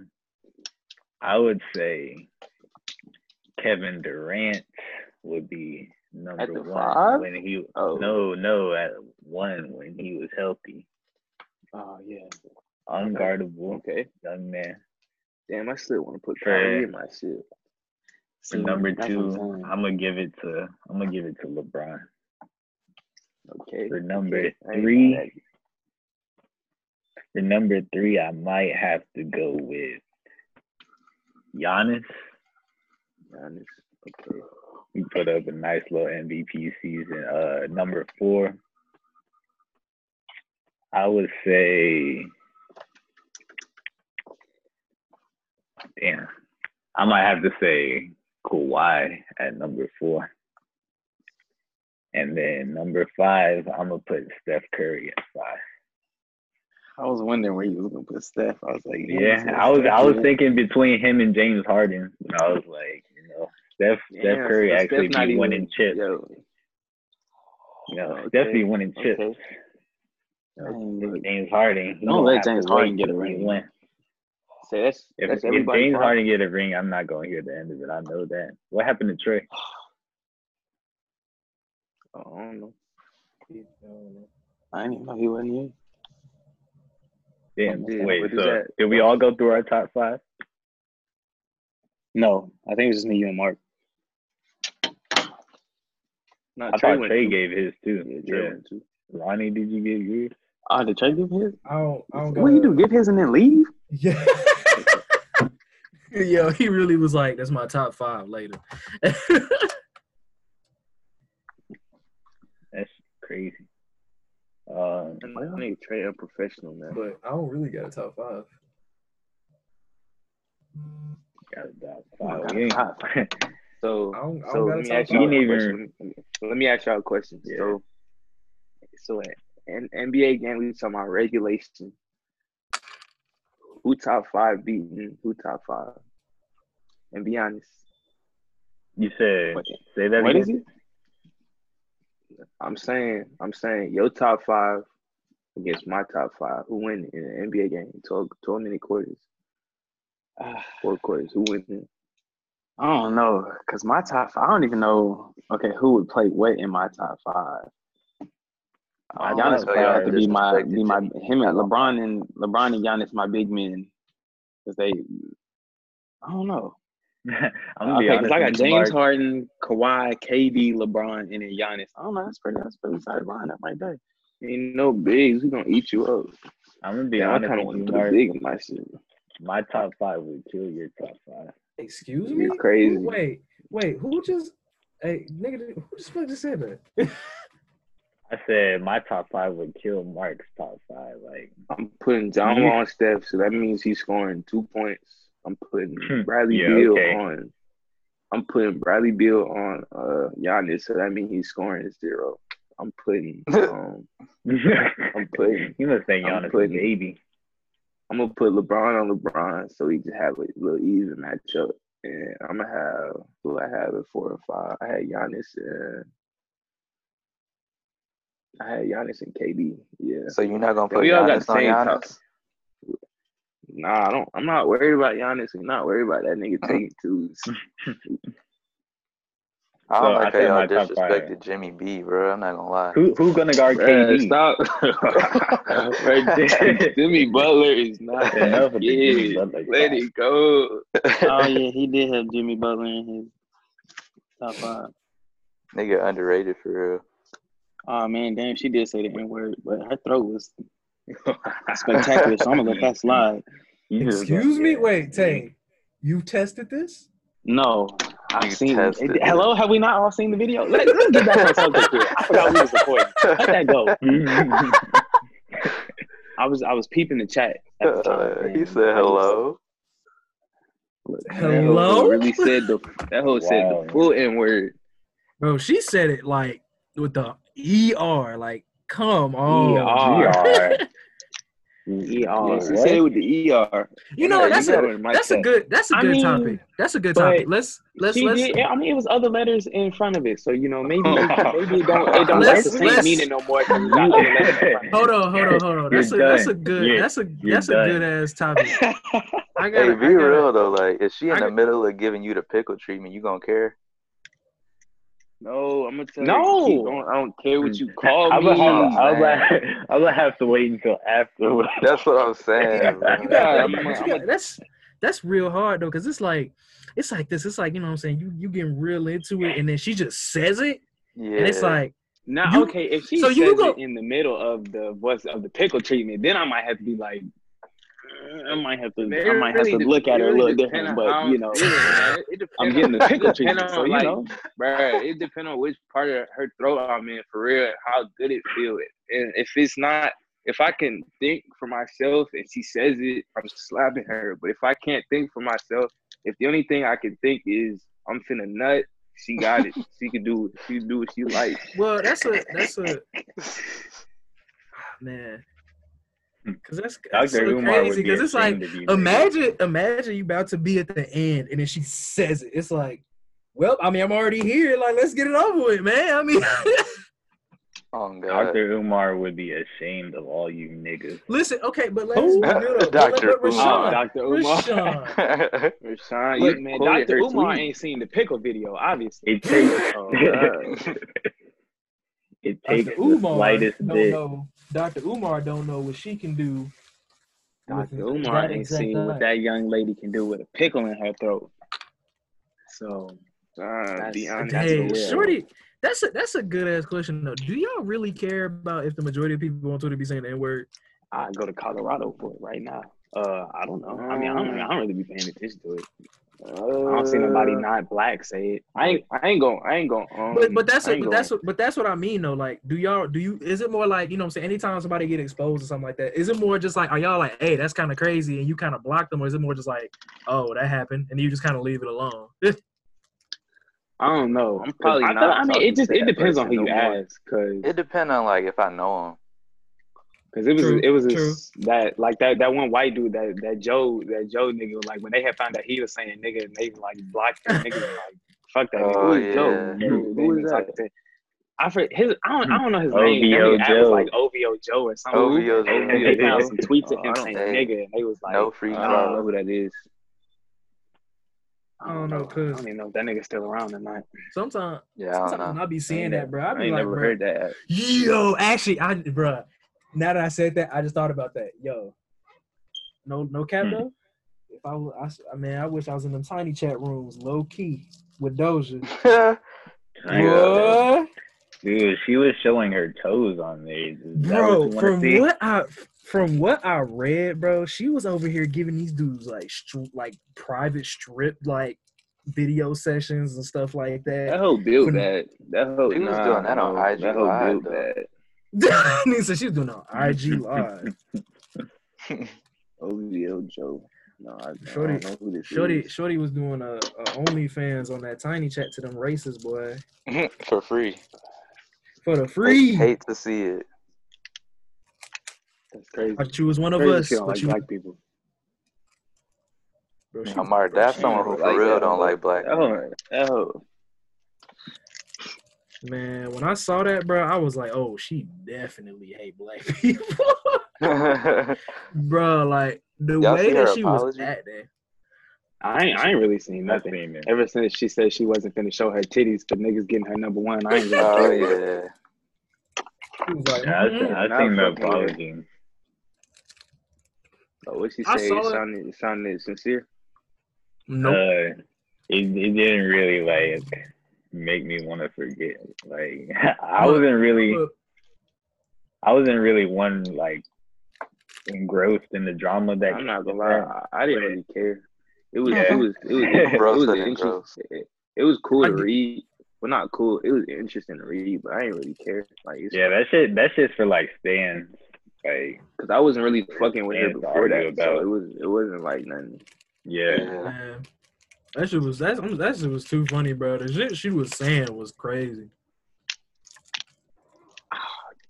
Speaker 1: I would say Kevin Durant would be number
Speaker 5: the
Speaker 1: one
Speaker 5: five?
Speaker 1: when he
Speaker 5: Oh.
Speaker 1: no no at one when he was healthy,
Speaker 5: Oh yeah.
Speaker 1: unguardable
Speaker 5: Okay.
Speaker 1: young man.
Speaker 5: Damn, I still want to put
Speaker 1: For-
Speaker 5: Kyrie in my shit.
Speaker 1: For number
Speaker 2: that's what I'm
Speaker 1: two,
Speaker 2: saying.
Speaker 1: I'm gonna give it to I'm gonna give it to LeBron.
Speaker 5: Okay.
Speaker 1: For number
Speaker 5: okay. I ain't
Speaker 1: three,
Speaker 5: mad at you.
Speaker 1: For number three, I might have to go with Giannis.
Speaker 5: Giannis. Okay.
Speaker 1: He put up a nice little MVP season. Uh, number four, I would say, damn, I might have to say Kawhi at number four. And then number five, I'm gonna put Steph Curry at five.
Speaker 5: I was wondering where you was gonna put Steph. I was like,
Speaker 1: Yeah, I was I was
Speaker 5: thinking.
Speaker 1: thinking between him and James Harden. And I was like, you know, Steph Steph
Speaker 5: Damn,
Speaker 1: Curry
Speaker 5: so
Speaker 1: actually
Speaker 5: Steph not
Speaker 1: be
Speaker 5: even-
Speaker 1: winning chips.
Speaker 5: Yo,
Speaker 1: You know,
Speaker 5: okay,
Speaker 1: Steph be winning chips.
Speaker 5: okay.
Speaker 1: If James Harden. he
Speaker 2: Don't
Speaker 1: gonna
Speaker 2: let
Speaker 1: have to
Speaker 2: James Harden
Speaker 1: wait
Speaker 2: get a
Speaker 1: till he
Speaker 2: ring.
Speaker 1: win.
Speaker 5: So that's,
Speaker 1: If,
Speaker 5: that's
Speaker 1: if
Speaker 5: everybody.
Speaker 1: James Harden get a ring, I'm not gonna hear the end of it. I know that. What happened to Trey?
Speaker 5: I don't know.
Speaker 2: I didn't even know he wasn't here.
Speaker 1: Damn.
Speaker 5: Oh, man,
Speaker 1: wait,
Speaker 5: what is
Speaker 1: so
Speaker 5: that?
Speaker 1: did we all go through our top five?
Speaker 2: No, I think it was just me, you, and Mark.
Speaker 5: No,
Speaker 1: I thought Trey gave his too.
Speaker 5: Yeah, Trey
Speaker 1: Yeah.
Speaker 5: went too.
Speaker 1: Ronnie, did you get yours?
Speaker 2: Oh, did Trey give his?
Speaker 4: I don't. I don't.
Speaker 2: What
Speaker 4: got
Speaker 2: you
Speaker 4: a-
Speaker 2: do? Give his and then leave?
Speaker 4: Yeah. Yo, he really was like, "That's my top five later."
Speaker 1: That's crazy. Um,
Speaker 4: Mm.
Speaker 5: I think Trey unprofessional, man.
Speaker 4: but I don't really got a top five.
Speaker 1: got about
Speaker 5: Oh,
Speaker 1: five.
Speaker 5: got
Speaker 1: We ain't-
Speaker 5: top So,
Speaker 4: I don't. I
Speaker 5: so
Speaker 4: don't
Speaker 5: let
Speaker 4: got a
Speaker 5: me
Speaker 4: top
Speaker 5: ask
Speaker 1: You
Speaker 5: y'all
Speaker 4: five.
Speaker 1: didn't
Speaker 5: a
Speaker 1: even-
Speaker 5: question. Let me- Let me ask y'all a question.
Speaker 1: Yeah.
Speaker 5: So, so an NBA game, we talking about regulation. Who top five beaten? Who top five? And be honest.
Speaker 1: You said
Speaker 5: What-
Speaker 1: say that
Speaker 5: what
Speaker 1: again.
Speaker 5: is it? I'm saying, I'm saying your top five against my top five. Who win in an NBA game? 12, 12 minute quarters,
Speaker 2: Ah,
Speaker 5: four quarters. Who win? it?
Speaker 2: I don't know, cause my top. Five, I don't even know. Okay, who would play what in my top five?
Speaker 3: I don't
Speaker 2: Giannis
Speaker 3: know,
Speaker 2: probably
Speaker 3: y'all
Speaker 2: have to be my
Speaker 3: disrespected
Speaker 2: be my
Speaker 3: Jimmy.
Speaker 2: him and LeBron and LeBron and Giannis my big men, cause they. I don't know.
Speaker 1: I'm gonna be
Speaker 2: okay,
Speaker 1: honest.
Speaker 2: because I got
Speaker 1: with
Speaker 2: James
Speaker 1: Mark.
Speaker 2: Harden, Kawhi, KD, LeBron, and then Giannis. I don't know. That's pretty. That's pretty solid lineup right there.
Speaker 5: Ain't no bigs. We gonna eat you up.
Speaker 1: I'm gonna be
Speaker 5: Yeah, I kind
Speaker 1: honest with
Speaker 5: of want
Speaker 1: you,
Speaker 5: to put a
Speaker 1: Mark.
Speaker 5: big in my shit.
Speaker 1: My top five would kill your top five.
Speaker 4: Excuse me.
Speaker 5: You're crazy.
Speaker 4: Wait, wait. Who just? Hey, nigga, who just fucking said that?
Speaker 1: I said my top five would kill Mark's top five. Like
Speaker 5: I'm putting John
Speaker 1: You-
Speaker 5: Wall on Steph, so that means he's scoring two points. I'm putting
Speaker 1: Hmm,
Speaker 5: Bradley
Speaker 1: yeah,
Speaker 5: Beal
Speaker 1: okay.
Speaker 5: on. I'm putting Bradley Beal on uh Giannis, so that means he's scoring zero. I'm putting. Um, I'm putting.
Speaker 1: You must think
Speaker 5: I'm
Speaker 1: Giannis is
Speaker 5: putting-
Speaker 1: baby.
Speaker 5: I'm gonna put LeBron on LeBron, so we just have a little even matchup. And I'm gonna have who I have at four and five. I had Giannis and I had Giannis and KD. Yeah.
Speaker 3: So you're not gonna put
Speaker 5: We all got
Speaker 3: Giannis
Speaker 5: the
Speaker 3: on
Speaker 5: same
Speaker 3: Giannis?
Speaker 5: top. Nah, I don't. I'm not worried about Giannis. I'm not worried about that nigga taking twos.
Speaker 3: I don't
Speaker 1: So, I
Speaker 3: like how
Speaker 1: said
Speaker 3: y'all
Speaker 1: my top five.
Speaker 3: disrespected Jimmy B, bro. I'm not gonna lie.
Speaker 1: Who who's gonna guard
Speaker 5: Bruh,
Speaker 1: KD?
Speaker 5: stop. Bruh, Jimmy Butler is not
Speaker 1: That's enough
Speaker 5: that
Speaker 1: of the Jimmy
Speaker 5: kid.
Speaker 1: Butler
Speaker 5: Let
Speaker 1: class.
Speaker 5: it go.
Speaker 2: oh yeah, he did have Jimmy Butler in his top five.
Speaker 3: Nigga underrated for real.
Speaker 2: Oh man, damn, she did say the N word, but her throat was spectacular. so I'm gonna let that slide.
Speaker 1: You just
Speaker 4: Excuse
Speaker 1: gonna-
Speaker 4: me?
Speaker 1: yeah.
Speaker 4: Wait, Tang, you tested this?
Speaker 2: No,
Speaker 3: You
Speaker 2: I've seen.
Speaker 3: tested
Speaker 2: it. Hello, have we not all seen the video? Let, let's get back on subject here. I forgot we was recording. Let that go. I was I was peeping the chat. At the time,
Speaker 3: Uh, he
Speaker 2: and
Speaker 3: said
Speaker 2: I just-
Speaker 3: hello.
Speaker 4: Hello?
Speaker 5: That hoe really said the that whole said
Speaker 1: Wow.
Speaker 5: the full N word.
Speaker 4: Bro, she said it like with the ER, like, come on.
Speaker 1: We
Speaker 5: ER.
Speaker 1: are.
Speaker 2: uh,
Speaker 5: Yeah, she
Speaker 1: what?
Speaker 5: said it with the ER.
Speaker 4: You know,
Speaker 5: Yeah,
Speaker 4: that's
Speaker 5: got
Speaker 4: a
Speaker 5: it in my
Speaker 4: that's a
Speaker 5: chat.
Speaker 4: good that's a
Speaker 2: I
Speaker 4: good
Speaker 2: mean,
Speaker 4: topic. That's a good
Speaker 2: but
Speaker 4: topic. Let's let's
Speaker 2: she
Speaker 4: let's
Speaker 2: did. I mean, it was other letters in front of it, so you know maybe maybe it don't it don't
Speaker 4: Let's-
Speaker 2: have the same
Speaker 4: let's-
Speaker 2: meaning no more. 'cause it's got other letters in front of
Speaker 4: hold on, hold on, hold on.
Speaker 1: You're
Speaker 4: That's a that's a
Speaker 1: done.
Speaker 4: good
Speaker 1: You're-
Speaker 4: that's a
Speaker 1: you're
Speaker 4: that's a
Speaker 1: done.
Speaker 4: good ass topic. I got
Speaker 3: Hey,
Speaker 4: to
Speaker 3: be real though. Like, is she in
Speaker 4: I
Speaker 3: the
Speaker 4: got-
Speaker 3: middle of giving you the pickle treatment? You gonna care?
Speaker 5: No, I'm gonna tell
Speaker 2: No.
Speaker 5: you. keep going. I don't care what you call
Speaker 1: I'm
Speaker 5: me.
Speaker 1: gonna have, I'm
Speaker 5: man.
Speaker 1: gonna have, I'm gonna have to wait until after.
Speaker 3: That's what I'm saying. bro.
Speaker 4: You got-
Speaker 5: I'm-
Speaker 4: but you
Speaker 5: I'm
Speaker 4: got-
Speaker 5: a-
Speaker 4: that's that's real hard though, because it's like it's like this. It's like you know what I'm saying. You you getting real into it, and then she just says it,
Speaker 3: Yeah.
Speaker 4: and it's like
Speaker 5: Now,
Speaker 4: You-
Speaker 5: okay, if she
Speaker 4: so
Speaker 5: says
Speaker 4: you go-
Speaker 5: it in the middle of the what's of the pickle treatment, then I might have to be like,
Speaker 2: uh, I might have to.
Speaker 5: It
Speaker 2: I might have to
Speaker 5: really
Speaker 2: look at her a
Speaker 5: really
Speaker 2: little
Speaker 5: depend on
Speaker 2: different,
Speaker 5: how
Speaker 2: but you know,
Speaker 5: I'm feeling, man. It
Speaker 2: I'm
Speaker 5: depend
Speaker 2: getting the
Speaker 5: on-
Speaker 2: pickle
Speaker 5: it depend
Speaker 2: treatment. So
Speaker 5: on,
Speaker 2: you
Speaker 5: like,
Speaker 2: know,
Speaker 5: bruh, it depends on which part of her throat I'm in for real, and how good it feels. And if it's not, if I can think for myself and she says it, I'm slapping her. But if I can't think for myself, if the only thing I can think is I'm finna nut, she got it. she can do it. She can do what she likes.
Speaker 4: well, that's a that's a man.
Speaker 1: Hmm.
Speaker 4: Cause that's, that's
Speaker 1: Doctor
Speaker 4: so
Speaker 1: Umar
Speaker 4: crazy.
Speaker 1: would be
Speaker 4: Cause it's like
Speaker 1: ashamed of you. nigga.
Speaker 4: imagine imagine you about to be at the end and then she says it. It's like, well, I mean, I'm already here. Like, let's get it over with, man. I mean,
Speaker 3: oh god.
Speaker 1: Doctor Umar would be ashamed of all you niggas.
Speaker 4: listen, okay, but let's be real. But-
Speaker 3: Dr.
Speaker 4: but
Speaker 5: Oh,
Speaker 1: Ah,
Speaker 3: Umar.
Speaker 4: Rashawn,
Speaker 5: Dr. Umar.
Speaker 4: Rashawn,
Speaker 5: Rashawn,
Speaker 2: look,
Speaker 5: you
Speaker 2: man,
Speaker 5: quoted
Speaker 2: Doctor
Speaker 5: her
Speaker 2: Umar
Speaker 5: tweet.
Speaker 2: ain't seen the pickle video, obviously.
Speaker 1: It takes
Speaker 5: Oh, God.
Speaker 1: it takes
Speaker 4: Dr.
Speaker 1: the
Speaker 4: Umar
Speaker 1: slightest
Speaker 4: don't
Speaker 1: bit.
Speaker 4: know. Dr. Umar don't know what she can do. with
Speaker 2: Doctor Umar
Speaker 4: that
Speaker 2: ain't
Speaker 4: exact
Speaker 2: seen what
Speaker 4: eye.
Speaker 2: that young lady can do with a pickle in her throat. So
Speaker 5: Rashawn, be
Speaker 2: That's-
Speaker 5: honest.
Speaker 2: that's
Speaker 4: Hey,
Speaker 2: the real.
Speaker 4: shorty, that's a that's a good ass question though. Do y'all really care about if the majority of people on Twitter be saying the N word?
Speaker 2: I go to Colorado for it right now. Uh, I don't know. I mean, I don't, I don't really be paying attention to it. I don't see nobody
Speaker 5: Uh.
Speaker 2: not black say it.
Speaker 5: I ain't, I ain't going. I ain't going. Um,
Speaker 4: But but that's
Speaker 5: I
Speaker 4: it.
Speaker 5: ain't
Speaker 4: But
Speaker 5: gonna-
Speaker 4: that's what but that's what I mean though. Like, do y'all do you? Is it more like you know? what I'm saying anytime somebody get exposed or something like that, is it more just like are y'all like, hey, that's kind of crazy, and you kind of block them, or is it more just like, oh, that happened, and you just kind of leave it alone?
Speaker 2: I don't know.
Speaker 5: I'm probably
Speaker 2: I,
Speaker 5: not
Speaker 2: thought- I mean,
Speaker 5: talking
Speaker 2: it just
Speaker 5: to
Speaker 2: it
Speaker 5: that
Speaker 2: depends on who
Speaker 5: person
Speaker 2: you
Speaker 5: no more.
Speaker 2: ask, cause
Speaker 3: it depends on like if I know him.
Speaker 2: Cause it was
Speaker 4: True,
Speaker 2: it was
Speaker 4: true.
Speaker 2: this, that like that that one white dude that that Joe that Joe nigga like when they had found out he was saying nigga and they like blocked him nigga like fuck that nigga
Speaker 3: Oh,
Speaker 2: who is Joe
Speaker 3: yeah.
Speaker 2: Who-
Speaker 5: Who
Speaker 2: who
Speaker 5: is
Speaker 2: is
Speaker 5: that?
Speaker 2: that I for his I don't I don't know his name
Speaker 1: OVO
Speaker 2: That nigga ad was
Speaker 1: Joe.
Speaker 2: like OVO Joe or something
Speaker 3: OVO
Speaker 2: And
Speaker 1: Joe.
Speaker 2: they found some tweets of
Speaker 5: Oh, I
Speaker 2: him
Speaker 5: don't
Speaker 2: saying
Speaker 3: think-
Speaker 2: nigga and they was like
Speaker 3: No free
Speaker 5: I don't know
Speaker 3: throw.
Speaker 5: who that is.
Speaker 4: I don't know,
Speaker 2: I
Speaker 4: cause
Speaker 2: don't even know if that nigga's still around or not
Speaker 4: sometimes
Speaker 3: Yeah, I don't
Speaker 4: sometimes
Speaker 3: know.
Speaker 4: I be seeing that, bro. I
Speaker 5: I
Speaker 4: be
Speaker 5: ain't
Speaker 4: like,
Speaker 5: never
Speaker 4: bro,
Speaker 5: heard that.
Speaker 4: Yo, actually, I, bruh, Now that I said that, I just thought about that. Yo, no, no cap
Speaker 1: Hmm.
Speaker 4: though. If I, wa- I, s- I mean, I wish I was in them tiny chat rooms, low key with Doja.
Speaker 3: Yeah.
Speaker 4: Boy,
Speaker 1: Dude, she was showing her toes on there. Is that
Speaker 4: bro,
Speaker 1: what you wanna
Speaker 4: from
Speaker 1: see?
Speaker 4: what I, from what I read, bro, she was over here giving these dudes like, stru- like private strip, like video sessions and stuff like
Speaker 5: That
Speaker 4: that.
Speaker 5: whole built
Speaker 4: When-
Speaker 5: that. That whole
Speaker 3: He was
Speaker 5: nah,
Speaker 3: doing that on
Speaker 5: bro.
Speaker 3: IG
Speaker 5: That whole
Speaker 3: Live,
Speaker 5: built
Speaker 3: though.
Speaker 5: that.
Speaker 4: Nigga said she was doing on IG live.
Speaker 5: OVO Joe. No, I,
Speaker 4: Shorty-
Speaker 5: I don't know who this
Speaker 4: Shorty,
Speaker 5: is.
Speaker 4: Shorty was doing a, a OnlyFans on that tiny chat to them races, boy.
Speaker 3: For free.
Speaker 4: for the free.
Speaker 3: Hate to see it.
Speaker 5: That's crazy.
Speaker 4: Thought you was one of
Speaker 5: Crazy
Speaker 4: us,
Speaker 5: she don't
Speaker 4: but
Speaker 5: like
Speaker 4: you,
Speaker 5: black people.
Speaker 4: bro, she-
Speaker 3: Amar, that's someone who for real don't like black.
Speaker 2: Oh, oh.
Speaker 4: man. When I saw that, bro, I was like, oh, she definitely hate black people,
Speaker 3: people.
Speaker 4: bro. Like the
Speaker 3: Y'all
Speaker 4: way
Speaker 3: see her
Speaker 4: that she was
Speaker 3: apology?
Speaker 4: at that.
Speaker 5: I ain't, I ain't really seen
Speaker 1: That's
Speaker 5: nothing.
Speaker 1: me, man.
Speaker 5: Ever since she said she wasn't finna show her titties for niggas getting her number one, I ain't gonna
Speaker 3: oh
Speaker 5: do it.
Speaker 3: yeah.
Speaker 4: She was like, mm-hmm.
Speaker 1: Yeah, I,
Speaker 4: mm-mm.
Speaker 1: I
Speaker 5: Not
Speaker 1: think the
Speaker 5: fucking weird.
Speaker 1: apology.
Speaker 5: But what she
Speaker 4: I
Speaker 5: said
Speaker 4: saw it.
Speaker 5: sounded, it sounded sincere.
Speaker 4: nope.
Speaker 1: Uh, it, it didn't really like make me want to forget. Like I
Speaker 4: Look,
Speaker 1: wasn't really,
Speaker 4: Look,
Speaker 1: I wasn't really one like engrossed in the drama that.
Speaker 5: I'm not gonna lie, I, I didn't really care. It was,
Speaker 1: Yeah.
Speaker 5: it was, it was, it
Speaker 3: Bro
Speaker 5: was,
Speaker 3: said it
Speaker 5: interesting.
Speaker 3: gross.
Speaker 5: It, it was cool
Speaker 4: I
Speaker 5: to
Speaker 4: get-
Speaker 5: read. Well, not cool. It was interesting to read, but I didn't really care. Like, it's,
Speaker 1: Yeah, that shit. That shit's for like stands. Like
Speaker 5: cause I wasn't really fucking with her
Speaker 1: Yeah, to
Speaker 5: before that,
Speaker 1: argue about.
Speaker 5: so it was, it wasn't like nothing.
Speaker 1: yeah,
Speaker 3: Yeah.
Speaker 4: man. That shit was that, that shit was too funny, bro. The shit she was saying was crazy.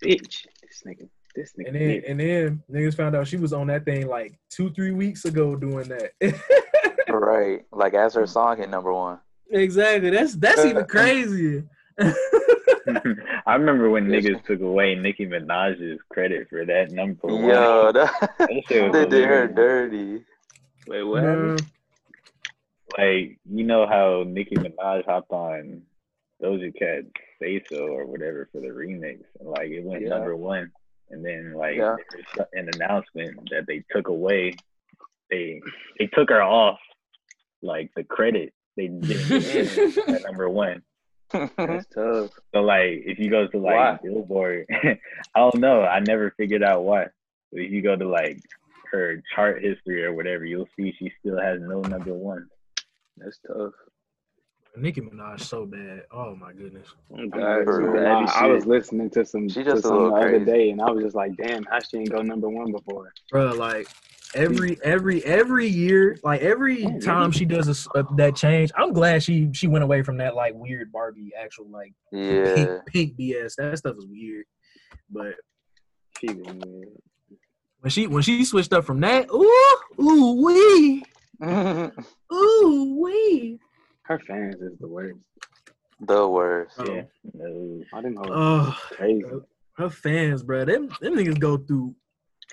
Speaker 5: Bitch, this nigga, this nigga.
Speaker 4: And then
Speaker 5: bitch.
Speaker 4: and then niggas found out she was on that thing like two, three weeks ago doing that.
Speaker 3: Right. Like as her song hit number one.
Speaker 4: exactly. That's that's even crazier.
Speaker 1: I remember when
Speaker 3: Yes.
Speaker 1: niggas took away Nicki Minaj's credit for that number one.
Speaker 3: Yo, that,
Speaker 1: That shit
Speaker 3: they
Speaker 1: was
Speaker 3: did her
Speaker 1: hilarious.
Speaker 3: dirty.
Speaker 5: Wait, what? happened?
Speaker 1: like you know how Nicki Minaj hopped on Doja Cat "Say So" or whatever for the remix, and like it went
Speaker 5: Yeah.
Speaker 1: number one, and then like
Speaker 3: Yeah.
Speaker 1: there was an announcement that they took away, they they took her off, like the credit they didn't give her at number one.
Speaker 3: Mm-hmm.
Speaker 5: That's tough.
Speaker 1: So like if you go to like
Speaker 5: Why?
Speaker 1: Billboard, I don't know, I never figured out why. But if you go to like her chart history or whatever, you'll see she still has no number one.
Speaker 5: That's tough.
Speaker 4: Nicki Minaj so bad. Oh my goodness.
Speaker 5: Oh,
Speaker 3: not
Speaker 5: God,
Speaker 3: for
Speaker 5: it's
Speaker 3: real.
Speaker 5: bad.
Speaker 3: She
Speaker 5: I was
Speaker 3: shit.
Speaker 5: listening to some
Speaker 3: She
Speaker 5: to
Speaker 3: just a
Speaker 5: some the
Speaker 3: little
Speaker 5: other
Speaker 3: crazy.
Speaker 5: day, and I was just like, "Damn, how she ain't go number one before?"
Speaker 4: Bro, like every every every year, like every
Speaker 5: Yeah,
Speaker 4: time
Speaker 5: maybe.
Speaker 4: she does a s uh, that change, I'm glad she she went away from that like weird Barbie actual like
Speaker 3: Yeah.
Speaker 4: pink pink BS. That stuff was weird. But
Speaker 5: She was weird.
Speaker 4: when she when she switched up from that, ooh ooh wee
Speaker 3: the
Speaker 4: ooh wee.
Speaker 5: Her fans is the worst.
Speaker 3: worst.
Speaker 1: Yeah. No.
Speaker 5: I didn't know.
Speaker 4: Oh,
Speaker 5: crazy.
Speaker 4: her fans, bro. Them them niggas go through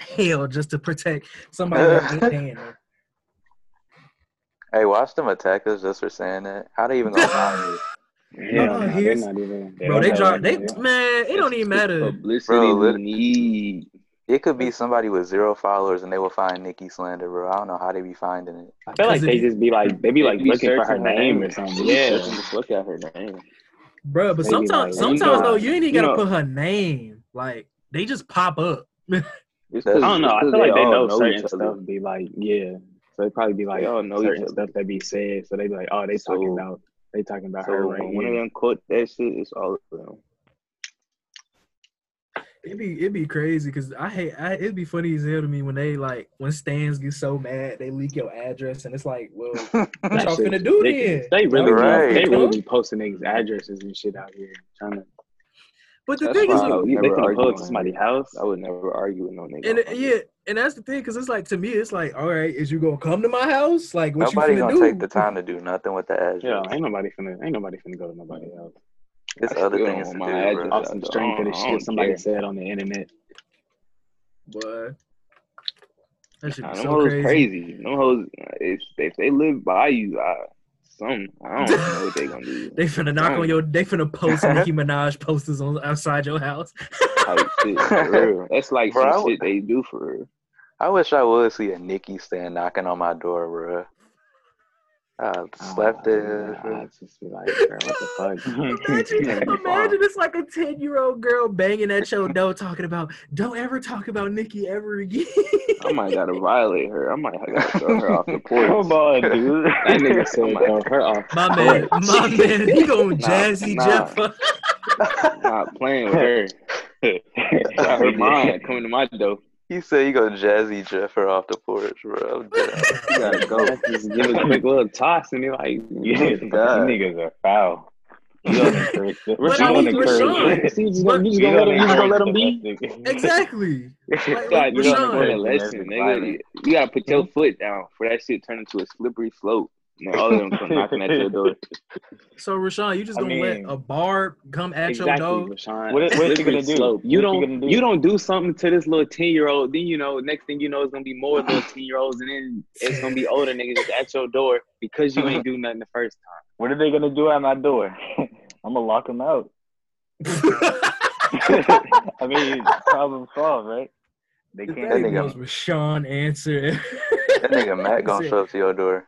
Speaker 4: hell just to protect somebody that ain't paying them.
Speaker 3: Hey, watch them attack us just for saying that. How they even gonna find me?
Speaker 5: Yeah,
Speaker 4: no,
Speaker 5: no, they're
Speaker 4: here's-
Speaker 5: not even.
Speaker 1: Yeah,
Speaker 4: Bro, they
Speaker 1: I know.
Speaker 4: drop. They
Speaker 1: Yeah.
Speaker 4: man, it don't even matter.
Speaker 5: Publicity
Speaker 3: Bro,
Speaker 5: we
Speaker 3: lit-
Speaker 5: need.
Speaker 3: It could be somebody with zero followers and they will find Nikki Slander, bro. I don't know how they be finding it.
Speaker 5: I feel like
Speaker 4: Cause
Speaker 5: they
Speaker 4: if you-
Speaker 5: just be like they be like
Speaker 2: They be
Speaker 5: looking for her
Speaker 2: searching her
Speaker 5: name
Speaker 2: name.
Speaker 5: or something.
Speaker 2: Yeah.
Speaker 5: Yeah, just look at her name.
Speaker 4: Bro, but
Speaker 5: Maybe
Speaker 4: sometimes,
Speaker 5: like-
Speaker 4: sometimes though, you ain't even
Speaker 5: You
Speaker 4: gotta
Speaker 5: know-
Speaker 4: put her name. Like they just pop up.
Speaker 5: It's
Speaker 3: That's-
Speaker 5: 'cause- I don't know. I
Speaker 3: it's 'cause
Speaker 5: feel like they
Speaker 3: all
Speaker 5: know,
Speaker 3: each
Speaker 5: certain
Speaker 3: other.
Speaker 5: stuff. Be like, yeah. So they probably be like,
Speaker 2: They all know
Speaker 5: know
Speaker 2: each
Speaker 5: certain
Speaker 2: other.
Speaker 5: stuff that be said. So they be like, oh, they talking
Speaker 2: So-
Speaker 5: about they talking about
Speaker 2: So
Speaker 5: her
Speaker 2: when
Speaker 5: right
Speaker 2: one of
Speaker 5: here.
Speaker 2: them quote that shit, it's all of them.
Speaker 4: It'd be it'd be crazy because I hate. I, it'd be funny as hell to me when they like when stands get so mad they leak your address and it's like, well, what y'all
Speaker 5: shit
Speaker 4: finna
Speaker 5: is
Speaker 4: do
Speaker 5: ridiculous.
Speaker 4: then?
Speaker 5: They really,
Speaker 3: Right.
Speaker 5: they really be posting niggas' addresses and shit out here, trying to.
Speaker 4: But the
Speaker 2: That's
Speaker 4: thing is,
Speaker 2: why I
Speaker 4: like,
Speaker 2: would
Speaker 5: They
Speaker 2: never
Speaker 5: finna
Speaker 2: argue
Speaker 5: pull up
Speaker 2: with
Speaker 5: to
Speaker 2: him.
Speaker 5: somebody's house.
Speaker 2: I would never argue with no nigga.
Speaker 4: and
Speaker 2: on
Speaker 4: it-
Speaker 2: my
Speaker 4: yeah, and that's the thing because it's like to me, it's like, all right, is you gonna come to my house? Like, what
Speaker 3: Nobody
Speaker 4: you finna
Speaker 3: gonna
Speaker 4: do?
Speaker 3: take the time to do nothing with the address.
Speaker 5: Yeah, ain't nobody finna, ain't nobody finna go to nobody else.
Speaker 3: It's
Speaker 2: I
Speaker 3: other
Speaker 2: still
Speaker 3: things
Speaker 2: don't
Speaker 3: to
Speaker 2: want
Speaker 3: do,
Speaker 2: my
Speaker 3: bro.
Speaker 2: address.
Speaker 5: Off some
Speaker 2: I
Speaker 5: strength of
Speaker 2: don't-
Speaker 5: the
Speaker 2: I
Speaker 5: shit
Speaker 2: don't
Speaker 5: somebody
Speaker 2: care.
Speaker 5: said on the internet.
Speaker 4: Boy, that should
Speaker 2: Nah,
Speaker 4: be
Speaker 2: them
Speaker 4: so
Speaker 2: hoes
Speaker 4: crazy.
Speaker 2: crazy. Them hoes, if, if they live by you, I, some I don't know what they gonna do.
Speaker 4: They finna knock on your. They finna post Nicki Minaj posters on outside your house.
Speaker 2: type shit, for real. That's like
Speaker 3: Bro, I
Speaker 2: some
Speaker 3: would-
Speaker 2: shit they do for real.
Speaker 3: I wish I would see a Nikki stand knocking on my door, bro. I
Speaker 2: Oh,
Speaker 3: slapped it.
Speaker 5: I just be like, bro, what the fuck?
Speaker 4: Imagine, imagine it's like a ten year old girl banging at your door talking about, "Don't ever talk about Nikki ever again."
Speaker 2: I might gotta violate her. I might gotta throw her off the porch.
Speaker 1: Come on, dude.
Speaker 5: That nigga said,
Speaker 2: Oh my-
Speaker 5: throw her off.
Speaker 4: my man, my man, he going
Speaker 2: Nah,
Speaker 4: jazzy
Speaker 2: nah.
Speaker 4: Jeff. up.
Speaker 2: Not playing with her. Got her mind coming to my door.
Speaker 3: You say you go jazzy Jeffer off the porch, bro. I'm dead.
Speaker 2: You gotta go.
Speaker 5: Just give a quick little toss and be like,
Speaker 1: You niggas, you niggas are foul. You don't encourage them. You
Speaker 4: But I
Speaker 1: don't
Speaker 4: mean,
Speaker 1: encourage
Speaker 4: Rashawn-
Speaker 1: them.
Speaker 2: See, you just
Speaker 4: Look,
Speaker 2: gonna, you just
Speaker 1: You
Speaker 2: gonna let
Speaker 1: don't
Speaker 2: him, you just gonna let him
Speaker 1: encourage
Speaker 2: be?
Speaker 1: domestic-
Speaker 4: Exactly.
Speaker 3: It's
Speaker 4: Like,
Speaker 2: Like, you don't
Speaker 4: Rashawn.
Speaker 2: learn a
Speaker 1: Violence.
Speaker 2: lesson, nigga. You gotta put your foot down for that shit turn into a slippery slope. And all of them come knocking at your door.
Speaker 4: So Rashawn, you just
Speaker 1: I
Speaker 4: gonna
Speaker 1: mean-
Speaker 4: let a barb come at
Speaker 2: Exactly,
Speaker 4: your door?
Speaker 2: Rashawn.
Speaker 1: What- what you
Speaker 2: Slippery
Speaker 1: gonna do?
Speaker 2: slope. You
Speaker 1: What you
Speaker 2: don't
Speaker 1: gonna
Speaker 2: you,
Speaker 1: do?
Speaker 2: don't do something to this little ten year old, then you know, next thing you know it's gonna be more little ten year olds and then it's gonna be older niggas that's at your door because you ain't do nothing the first time.
Speaker 1: What are they gonna do at my door? I'm gonna lock them out. I mean, problem solved, right? They
Speaker 4: That
Speaker 1: can't.
Speaker 3: nigga-
Speaker 4: was Rashawn answer.
Speaker 3: That nigga Matt gonna show up to your door.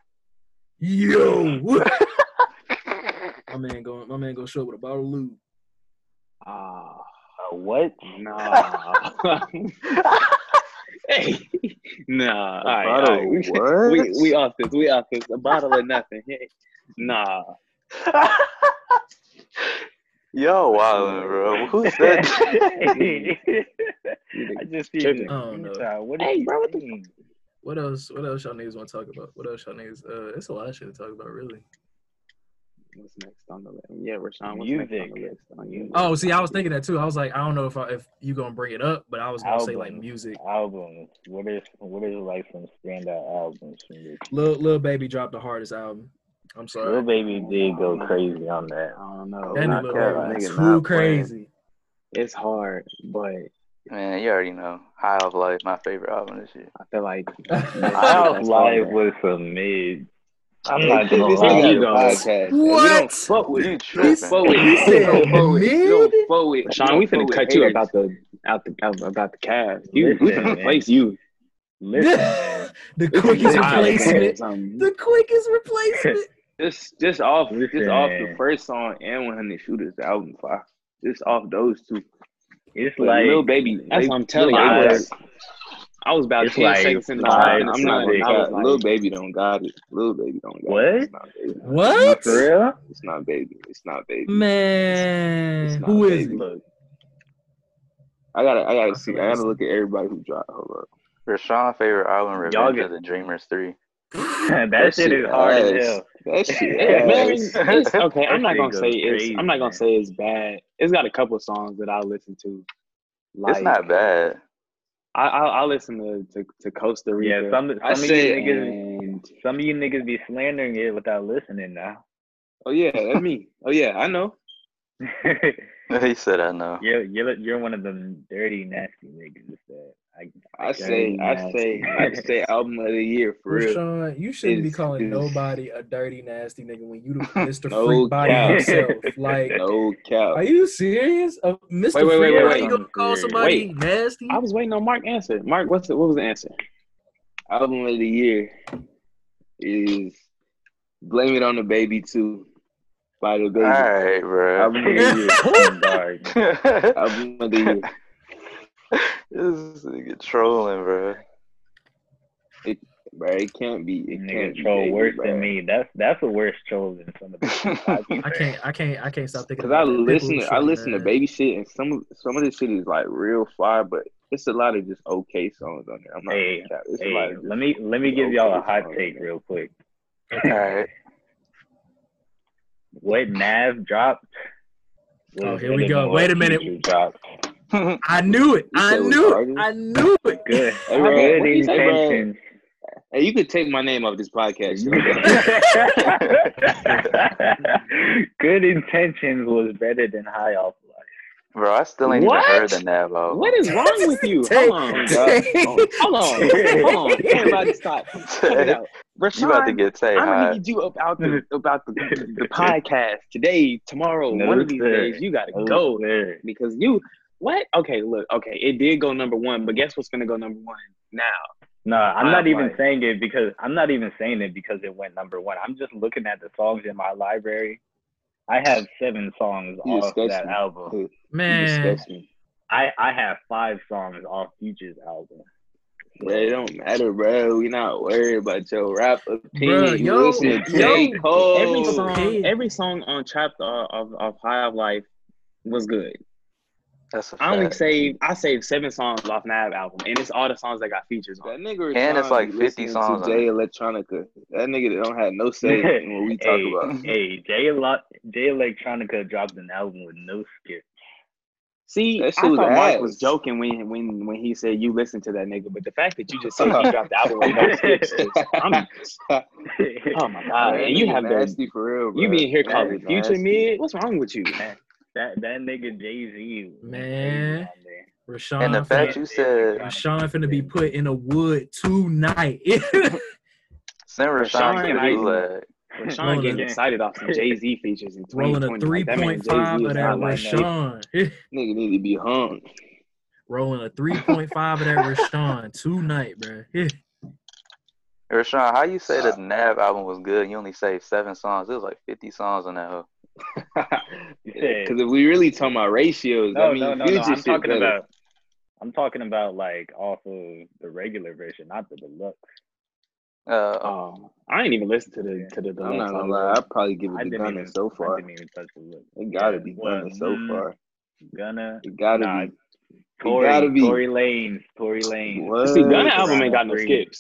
Speaker 4: Yo. my man going my man gonna show up with a bottle of lube.
Speaker 2: Ah,
Speaker 1: Uh, what?
Speaker 2: nah. hey, nah. All right, all
Speaker 3: bottle
Speaker 2: right.
Speaker 3: what?
Speaker 2: We, we off this. We off this. A bottle of nothing. Hey, Nah.
Speaker 3: Yo, wildin', bro. Who's that?
Speaker 1: I just see the
Speaker 4: Oh, no.
Speaker 1: screenshot. What
Speaker 2: Hey,
Speaker 1: is
Speaker 2: bro, what the-
Speaker 1: he saying?
Speaker 4: What else? What else y'all niggas want to talk about? What else y'all niggas? Uh, it's a lot of shit to talk about, really.
Speaker 2: What's next on the list? Yeah, Rashawn. What's next
Speaker 1: Music.
Speaker 2: on the list? On you?
Speaker 4: Oh, see, I was thinking that too. I was like, I don't know if I, if you gonna bring it up, but I was gonna say like
Speaker 1: Album.
Speaker 4: music.
Speaker 1: Albums. What is what is like some standout albums from this?
Speaker 4: Lil Lil Baby dropped the hardest album. I'm
Speaker 1: Lil
Speaker 4: sorry,
Speaker 1: Baby did go crazy on that.
Speaker 2: I don't know.
Speaker 4: that
Speaker 3: not
Speaker 4: nigga Lil
Speaker 3: Kevin.
Speaker 4: Baby
Speaker 3: Nigga
Speaker 4: too
Speaker 3: not playing.
Speaker 4: crazy.
Speaker 2: It's hard, but
Speaker 3: Man, you already know. High of Life, my favorite album this year.
Speaker 2: I feel like
Speaker 1: Out
Speaker 2: That's
Speaker 1: Live
Speaker 2: hard.
Speaker 1: was a mid. I'm
Speaker 2: Hey,
Speaker 1: not gonna
Speaker 2: this
Speaker 1: lie.
Speaker 2: nigga
Speaker 1: You
Speaker 2: don't-
Speaker 1: podcast.
Speaker 2: you
Speaker 4: What?
Speaker 2: don't fuck with
Speaker 3: You
Speaker 2: you don't fuck
Speaker 3: tripping.
Speaker 2: with
Speaker 4: He said
Speaker 2: you don't fuck with- you don't
Speaker 4: mid?
Speaker 2: fuck with- Sean,
Speaker 1: don't
Speaker 2: we
Speaker 1: fuck
Speaker 2: finna
Speaker 1: with
Speaker 2: cut you
Speaker 1: haters.
Speaker 2: about the out the out, about the Cavs. You we
Speaker 1: Listen,
Speaker 2: finna
Speaker 1: man.
Speaker 2: replace you.
Speaker 1: Listen, man.
Speaker 4: the quickest
Speaker 1: Listen,
Speaker 2: All right,
Speaker 4: replacement.
Speaker 2: um,
Speaker 4: The quickest replacement.
Speaker 2: Just just off just
Speaker 1: Listen,
Speaker 2: off
Speaker 1: man.
Speaker 2: the first song and 100 Shooters the album fire. Just off those two.
Speaker 1: it's
Speaker 2: Like,
Speaker 1: like
Speaker 2: little baby,
Speaker 5: That's
Speaker 2: they-
Speaker 5: what I'm telling you.
Speaker 2: Lil
Speaker 5: I
Speaker 2: Baby-
Speaker 1: was-
Speaker 2: I was about
Speaker 1: It's
Speaker 2: ten
Speaker 1: like
Speaker 2: seconds in the
Speaker 1: five,
Speaker 2: time. and I'm not.
Speaker 1: six.
Speaker 2: I was like, little baby don't got it. Little baby don't got
Speaker 1: What?
Speaker 2: it. It's not baby.
Speaker 4: What
Speaker 1: for real.
Speaker 2: It's not baby. It's not baby.
Speaker 4: man?
Speaker 2: It's not
Speaker 4: Who
Speaker 2: baby.
Speaker 4: is it?
Speaker 2: Look, I gotta, I gotta
Speaker 4: I
Speaker 2: see.
Speaker 4: feel
Speaker 2: I
Speaker 4: like
Speaker 2: gotta look at everybody who dropped. Hold up.
Speaker 3: Rashawn's favorite album, Revenge
Speaker 1: Y'all
Speaker 3: of the Dreamers 3.
Speaker 1: that, shit is hard as hell.
Speaker 2: That shit.
Speaker 1: Yeah,
Speaker 2: ass.
Speaker 1: man,
Speaker 2: it's, okay,
Speaker 1: That
Speaker 2: I'm not
Speaker 1: shit
Speaker 2: gonna
Speaker 1: goes
Speaker 2: say it's. I'm
Speaker 1: crazy, man.
Speaker 2: not gonna say it's bad. It's got a couple songs that I listen to. Like,
Speaker 3: It's not bad.
Speaker 2: I I, I listen to, to to Costa Rica.
Speaker 1: Yeah, some some
Speaker 2: I
Speaker 1: of you
Speaker 2: say
Speaker 1: niggas,
Speaker 2: and
Speaker 1: some of you niggas be slandering it without listening now.
Speaker 2: oh yeah, that's me. Oh yeah, I know.
Speaker 3: he said, I know.
Speaker 1: you're you're you're one of them dirty nasty niggas that I
Speaker 2: I say, I say, I say, album of the year for real.
Speaker 4: Rashawn, you shouldn't be
Speaker 2: It's-
Speaker 4: calling
Speaker 2: it's-
Speaker 4: nobody a dirty nasty nigga when you the Mr.
Speaker 2: No
Speaker 4: Freak body
Speaker 2: cap.
Speaker 4: himself. Like,
Speaker 2: No cap.
Speaker 4: are you serious? Uh, Mr.
Speaker 2: Wait, wait, wait,
Speaker 4: Freak,
Speaker 2: wait,
Speaker 4: how
Speaker 2: wait.
Speaker 4: you gonna call somebody nasty?
Speaker 2: I was waiting on Mark answer. Mark, what's the, what was the answer? Album of the year is "Blame It on the Baby" too. By the
Speaker 3: All
Speaker 2: baby.
Speaker 1: Ah.
Speaker 3: right, bro.
Speaker 2: Album of the
Speaker 1: Dark.
Speaker 2: year. album of the year.
Speaker 3: this nigga trolling, bro.
Speaker 2: Bro, it can't be. It can't
Speaker 1: Nigga
Speaker 2: be
Speaker 1: troll
Speaker 2: baby,
Speaker 1: worse
Speaker 2: bro.
Speaker 1: than me. That's that's a worse troll than some of the people I be
Speaker 4: I
Speaker 1: friends.
Speaker 4: can't, I can't, I can't stop thinking.
Speaker 2: Cause I
Speaker 4: about that. People
Speaker 2: listen,
Speaker 4: who
Speaker 2: to, I
Speaker 4: shouldn't,
Speaker 2: listen to
Speaker 4: man.
Speaker 2: baby shit, and some some of this shit is like real fire, but it's a lot of just okay songs on there. I'm not. gonna
Speaker 1: Hey,
Speaker 2: cap. it's a lot
Speaker 1: Hey,
Speaker 2: of just-
Speaker 1: let me let me give y'all a hot take real quick.
Speaker 3: All right.
Speaker 1: What Nav dropped? was
Speaker 4: Oh, here we
Speaker 1: winning
Speaker 4: go.
Speaker 1: more
Speaker 4: Wait a minute.
Speaker 1: Future dropped.
Speaker 4: I knew it. I
Speaker 2: said with
Speaker 4: knew it.
Speaker 2: artists?
Speaker 4: I knew it.
Speaker 1: Good,
Speaker 2: Hey, bro,
Speaker 1: good
Speaker 2: what you say, bro?
Speaker 1: intentions.
Speaker 2: Hey, you could take my name off this podcast. you know?
Speaker 1: good intentions was better than high off life.
Speaker 3: Bro, I still ain't
Speaker 2: What?
Speaker 3: even heard the Nav album.
Speaker 2: What is wrong with you?
Speaker 4: Take-
Speaker 2: Hold on, bro.
Speaker 4: take-
Speaker 2: Hold on, hold on. Everybody stop. Cut it out.
Speaker 3: you about to
Speaker 2: Rashawn,
Speaker 3: get Tay
Speaker 2: I'm gonna
Speaker 3: hot.
Speaker 2: need you up out the about the, the podcast today, tomorrow,
Speaker 1: No,
Speaker 2: one of these
Speaker 1: sir.
Speaker 2: days. You gotta
Speaker 1: Oh,
Speaker 2: go
Speaker 1: sir.
Speaker 2: because you what? Okay, look, okay, it did go number one, but guess what's gonna go number one now?
Speaker 1: No, I'm
Speaker 2: High
Speaker 1: not
Speaker 2: Off
Speaker 1: even
Speaker 2: Life.
Speaker 1: saying it because I'm not even saying it because it went number one. I'm just looking at the songs in my library. I have seven songs
Speaker 2: You
Speaker 1: off
Speaker 2: disgust
Speaker 1: that
Speaker 2: me.
Speaker 1: album.
Speaker 2: You
Speaker 4: Man,
Speaker 2: disgust me.
Speaker 1: I, I have five songs off Future's album.
Speaker 2: Bro, it don't matter, bro. We not worried about your rap opinion.
Speaker 4: Bruh,
Speaker 2: you
Speaker 4: yo,
Speaker 2: listen to
Speaker 4: yo,
Speaker 2: J. Cole.
Speaker 4: every
Speaker 2: Every
Speaker 4: song-
Speaker 2: song,
Speaker 4: Hey.
Speaker 2: every song on Chapter of, of High of Life was good.
Speaker 3: That's a fact.
Speaker 2: I only saved I saved seven songs off Nav album, and it's all the songs that got features on.
Speaker 5: That
Speaker 2: it.
Speaker 5: nigga
Speaker 3: And it's like
Speaker 5: Rashawn
Speaker 3: 50
Speaker 5: be listening
Speaker 3: songs
Speaker 5: to
Speaker 3: on
Speaker 5: Jay
Speaker 3: it.
Speaker 5: Electronica. That nigga don't have no say in what we talk
Speaker 1: hey,
Speaker 5: about.
Speaker 1: Hey, Jay, Lo- Jay Electronica dropped an album with no skip.
Speaker 2: See, I
Speaker 5: That shit
Speaker 2: thought
Speaker 5: was
Speaker 2: Mark
Speaker 5: ass.
Speaker 2: was joking when when when he said you listen to that nigga, but the fact that you just said you dropped the album with no skips, is- I'm, oh my
Speaker 1: Ah,
Speaker 2: god,
Speaker 5: Man,
Speaker 2: and you
Speaker 5: nigga
Speaker 2: have the,
Speaker 5: nasty for real, bro.
Speaker 2: you being here
Speaker 1: That
Speaker 2: calling
Speaker 1: is
Speaker 2: Future
Speaker 5: nasty.
Speaker 2: mid. What's wrong with you?
Speaker 1: That that nigga Jay Z.
Speaker 4: Man. Rashawn.
Speaker 3: And the fact
Speaker 4: finna-
Speaker 3: you said
Speaker 4: Rashawn finna be put in a wood tonight.
Speaker 3: send Rashawn
Speaker 2: Rashawn
Speaker 3: to the
Speaker 2: and I-
Speaker 3: gulag.
Speaker 2: Rashawn getting
Speaker 4: Rolling a-
Speaker 2: excited off some Jay Z features in
Speaker 4: Rolling a
Speaker 2: 2020.
Speaker 4: three
Speaker 2: Like, that man
Speaker 4: point five
Speaker 2: Jay-Z
Speaker 4: of
Speaker 2: is
Speaker 4: that
Speaker 2: not like that.
Speaker 4: Rashawn.
Speaker 5: nigga need to be hung.
Speaker 4: Rolling a three point five of that Rashawn tonight, bro.
Speaker 3: Rashawn, how you say
Speaker 2: Uh,
Speaker 3: that the Nav album was good? You only say seven songs. It was like fifty songs on that hoe.
Speaker 1: Yeah.
Speaker 5: Because if we really talking about ratios,
Speaker 1: No,
Speaker 5: I mean,
Speaker 1: no, no, no.
Speaker 5: Future
Speaker 1: I'm
Speaker 5: shit
Speaker 1: talking
Speaker 5: better.
Speaker 1: about. I'm talking about like off of the regular version, not the deluxe.
Speaker 3: Uh,
Speaker 2: Oh, I ain't even listen to the to the. uh, deluxe
Speaker 5: I'm not gonna
Speaker 2: album.
Speaker 5: lie, I'd probably give
Speaker 1: I
Speaker 5: it to
Speaker 1: didn't
Speaker 5: Gunna
Speaker 1: even.
Speaker 5: so
Speaker 1: I
Speaker 5: far.
Speaker 1: didn't even touch the look.
Speaker 5: It gotta be
Speaker 1: Well,
Speaker 5: Gunna so
Speaker 1: mm,
Speaker 5: far.
Speaker 1: Gunna,
Speaker 5: It gotta
Speaker 1: Nah,
Speaker 5: be. gotta
Speaker 1: Tory,
Speaker 5: be-
Speaker 1: Tory Lane, Tory Lane.
Speaker 5: What?
Speaker 2: See,
Speaker 1: Uh,
Speaker 2: Gunna album ain't got no
Speaker 1: Three.
Speaker 2: skips.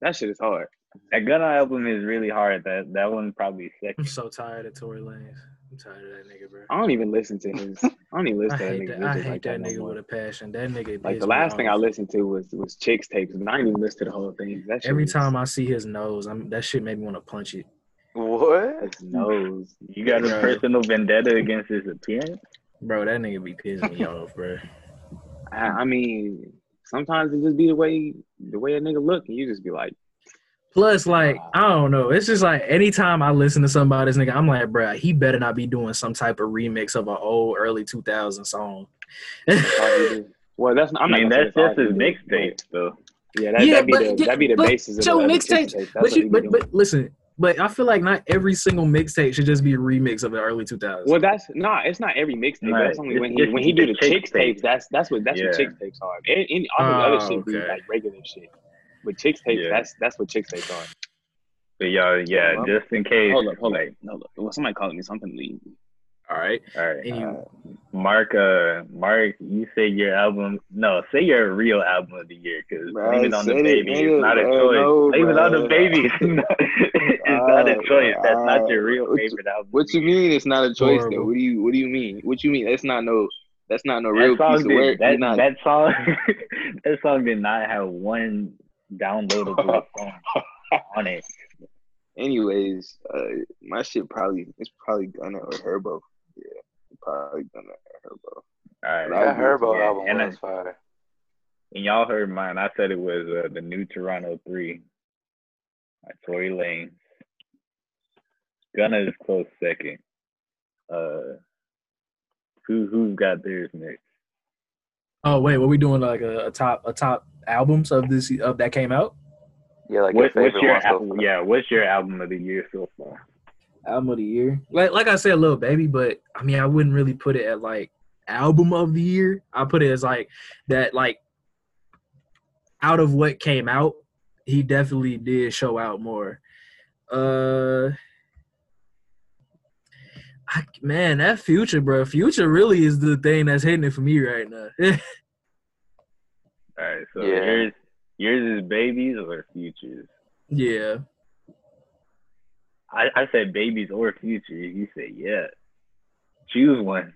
Speaker 2: That shit is hard.
Speaker 1: That Gunna album is really hard. That that one probably
Speaker 4: I'm
Speaker 1: second.
Speaker 4: so tired of Tory Lanez. I'm tired of that nigga, bro.
Speaker 2: I don't even listen to his. I don't even
Speaker 4: I
Speaker 2: listen to that
Speaker 4: hate
Speaker 2: nigga.
Speaker 4: that. I
Speaker 2: music
Speaker 4: hate
Speaker 2: like
Speaker 4: that
Speaker 2: no
Speaker 4: nigga
Speaker 2: more.
Speaker 4: with a passion. That nigga.
Speaker 2: Like
Speaker 4: pissed
Speaker 2: the
Speaker 4: me
Speaker 2: last thing I
Speaker 4: off.
Speaker 2: listened to was was Chicks tapes, and I didn't even listen to the whole thing. That shit
Speaker 4: Every
Speaker 2: was-
Speaker 4: time I see his nose, I'm that shit made me want to punch it.
Speaker 3: what?
Speaker 2: his nose.
Speaker 1: You got a personal vendetta against his appearance.
Speaker 4: Bro, that nigga be pissing me off, bro.
Speaker 2: I, I mean, sometimes it just be the way the way a nigga look, and you just be like,
Speaker 4: Plus, like, I don't know. It's just like anytime I listen to somebody's nigga, I'm like, bruh, he better not be doing some type of remix of an old early 2000 song.
Speaker 2: that's all he do. Well, that's
Speaker 1: I
Speaker 2: I'm not.
Speaker 1: mean,
Speaker 2: gonna say
Speaker 1: that's just
Speaker 2: all
Speaker 1: his
Speaker 2: he do,
Speaker 1: mixtape, though.
Speaker 2: but Yeah, that,
Speaker 4: Yeah,
Speaker 2: that'd be
Speaker 4: but-
Speaker 2: the
Speaker 4: yeah,
Speaker 2: that'd be the
Speaker 4: but
Speaker 2: basis of
Speaker 4: Joe,
Speaker 2: the other
Speaker 4: mixtapes-
Speaker 2: Chicks tapes. That's
Speaker 4: But
Speaker 2: what he
Speaker 4: you,
Speaker 2: be
Speaker 4: but
Speaker 2: doing.
Speaker 4: but listen, but I feel like not every single mixtape should just be a remix of an early 2000s.
Speaker 2: Well, that's nah. It's not every mixtape.
Speaker 1: Right.
Speaker 2: That's only
Speaker 1: It's-
Speaker 2: when he
Speaker 1: it's
Speaker 2: when he do the
Speaker 1: the chick
Speaker 2: chicks tapes.
Speaker 1: tapes.
Speaker 2: That's that's what that's what
Speaker 1: Yeah.
Speaker 2: chicks tapes are. And, and all the other
Speaker 4: Oh,
Speaker 2: shit be
Speaker 4: okay.
Speaker 2: like regular shit. But chicks tapes.
Speaker 1: Yeah.
Speaker 2: That's that's what chicks tapes are.
Speaker 1: But y'all, yeah,
Speaker 5: Hold
Speaker 1: just in case.
Speaker 2: Hold up, hold
Speaker 1: like,
Speaker 2: up. No, look. Well, somebody calling me something. Leave.
Speaker 4: All right.
Speaker 1: all right.
Speaker 4: And you,
Speaker 1: Mark, uh, Mark, you say your album. No, say your real album of the year because
Speaker 5: Bro,
Speaker 1: leave it
Speaker 5: I
Speaker 1: on the
Speaker 5: said it,
Speaker 1: baby. It's
Speaker 5: nigga.
Speaker 1: not a
Speaker 5: Bro,
Speaker 1: choice.
Speaker 5: no,
Speaker 1: leave it on the
Speaker 5: bro.
Speaker 1: baby. It's not, it's not a
Speaker 5: Alright,
Speaker 1: choice. That's not your real
Speaker 5: alright.
Speaker 1: favorite album.
Speaker 5: What you mean? It's not a choice though.
Speaker 4: Horrible.
Speaker 5: What do you What do you mean? What you mean? That's not no. That's not no
Speaker 1: That
Speaker 5: real
Speaker 1: song
Speaker 5: piece of
Speaker 1: did-
Speaker 5: work.
Speaker 1: That,
Speaker 5: You're not-
Speaker 1: that song, that song did not have one downloadable song on it.
Speaker 5: anyways, uh, my shit probably it's probably Gunna or Herbo. Yeah, probably Gunna or Herbo.
Speaker 1: All right.
Speaker 5: Right.
Speaker 3: That Herbo
Speaker 1: Yeah,
Speaker 3: album
Speaker 1: and I-
Speaker 3: was fire.
Speaker 1: And y'all heard mine. I said it was uh, the new Toronto Three. By Tory Lane. Gunna is close second. Uh, who who's got theirs next?
Speaker 4: oh wait, what we doing? Like a, a top a top albums of this of that came out.
Speaker 3: Yeah, like
Speaker 1: What,
Speaker 3: your
Speaker 1: what's
Speaker 3: favorite
Speaker 1: your
Speaker 3: one so
Speaker 1: album?
Speaker 3: far.
Speaker 1: Yeah, what's your album of the year so far?
Speaker 4: album of the year. Like like I said, little baby, but I mean I wouldn't really put it at like album of the year. I put it as like that like out of what came out, he definitely did show out more. Uh I, man, that future, bro. Future really is the thing that's hitting it for me right now.
Speaker 1: All right, so
Speaker 3: Yeah.
Speaker 1: yours yours is babies or futures.
Speaker 4: yeah.
Speaker 1: I, I said babies or futures. You said yeah. Choose one.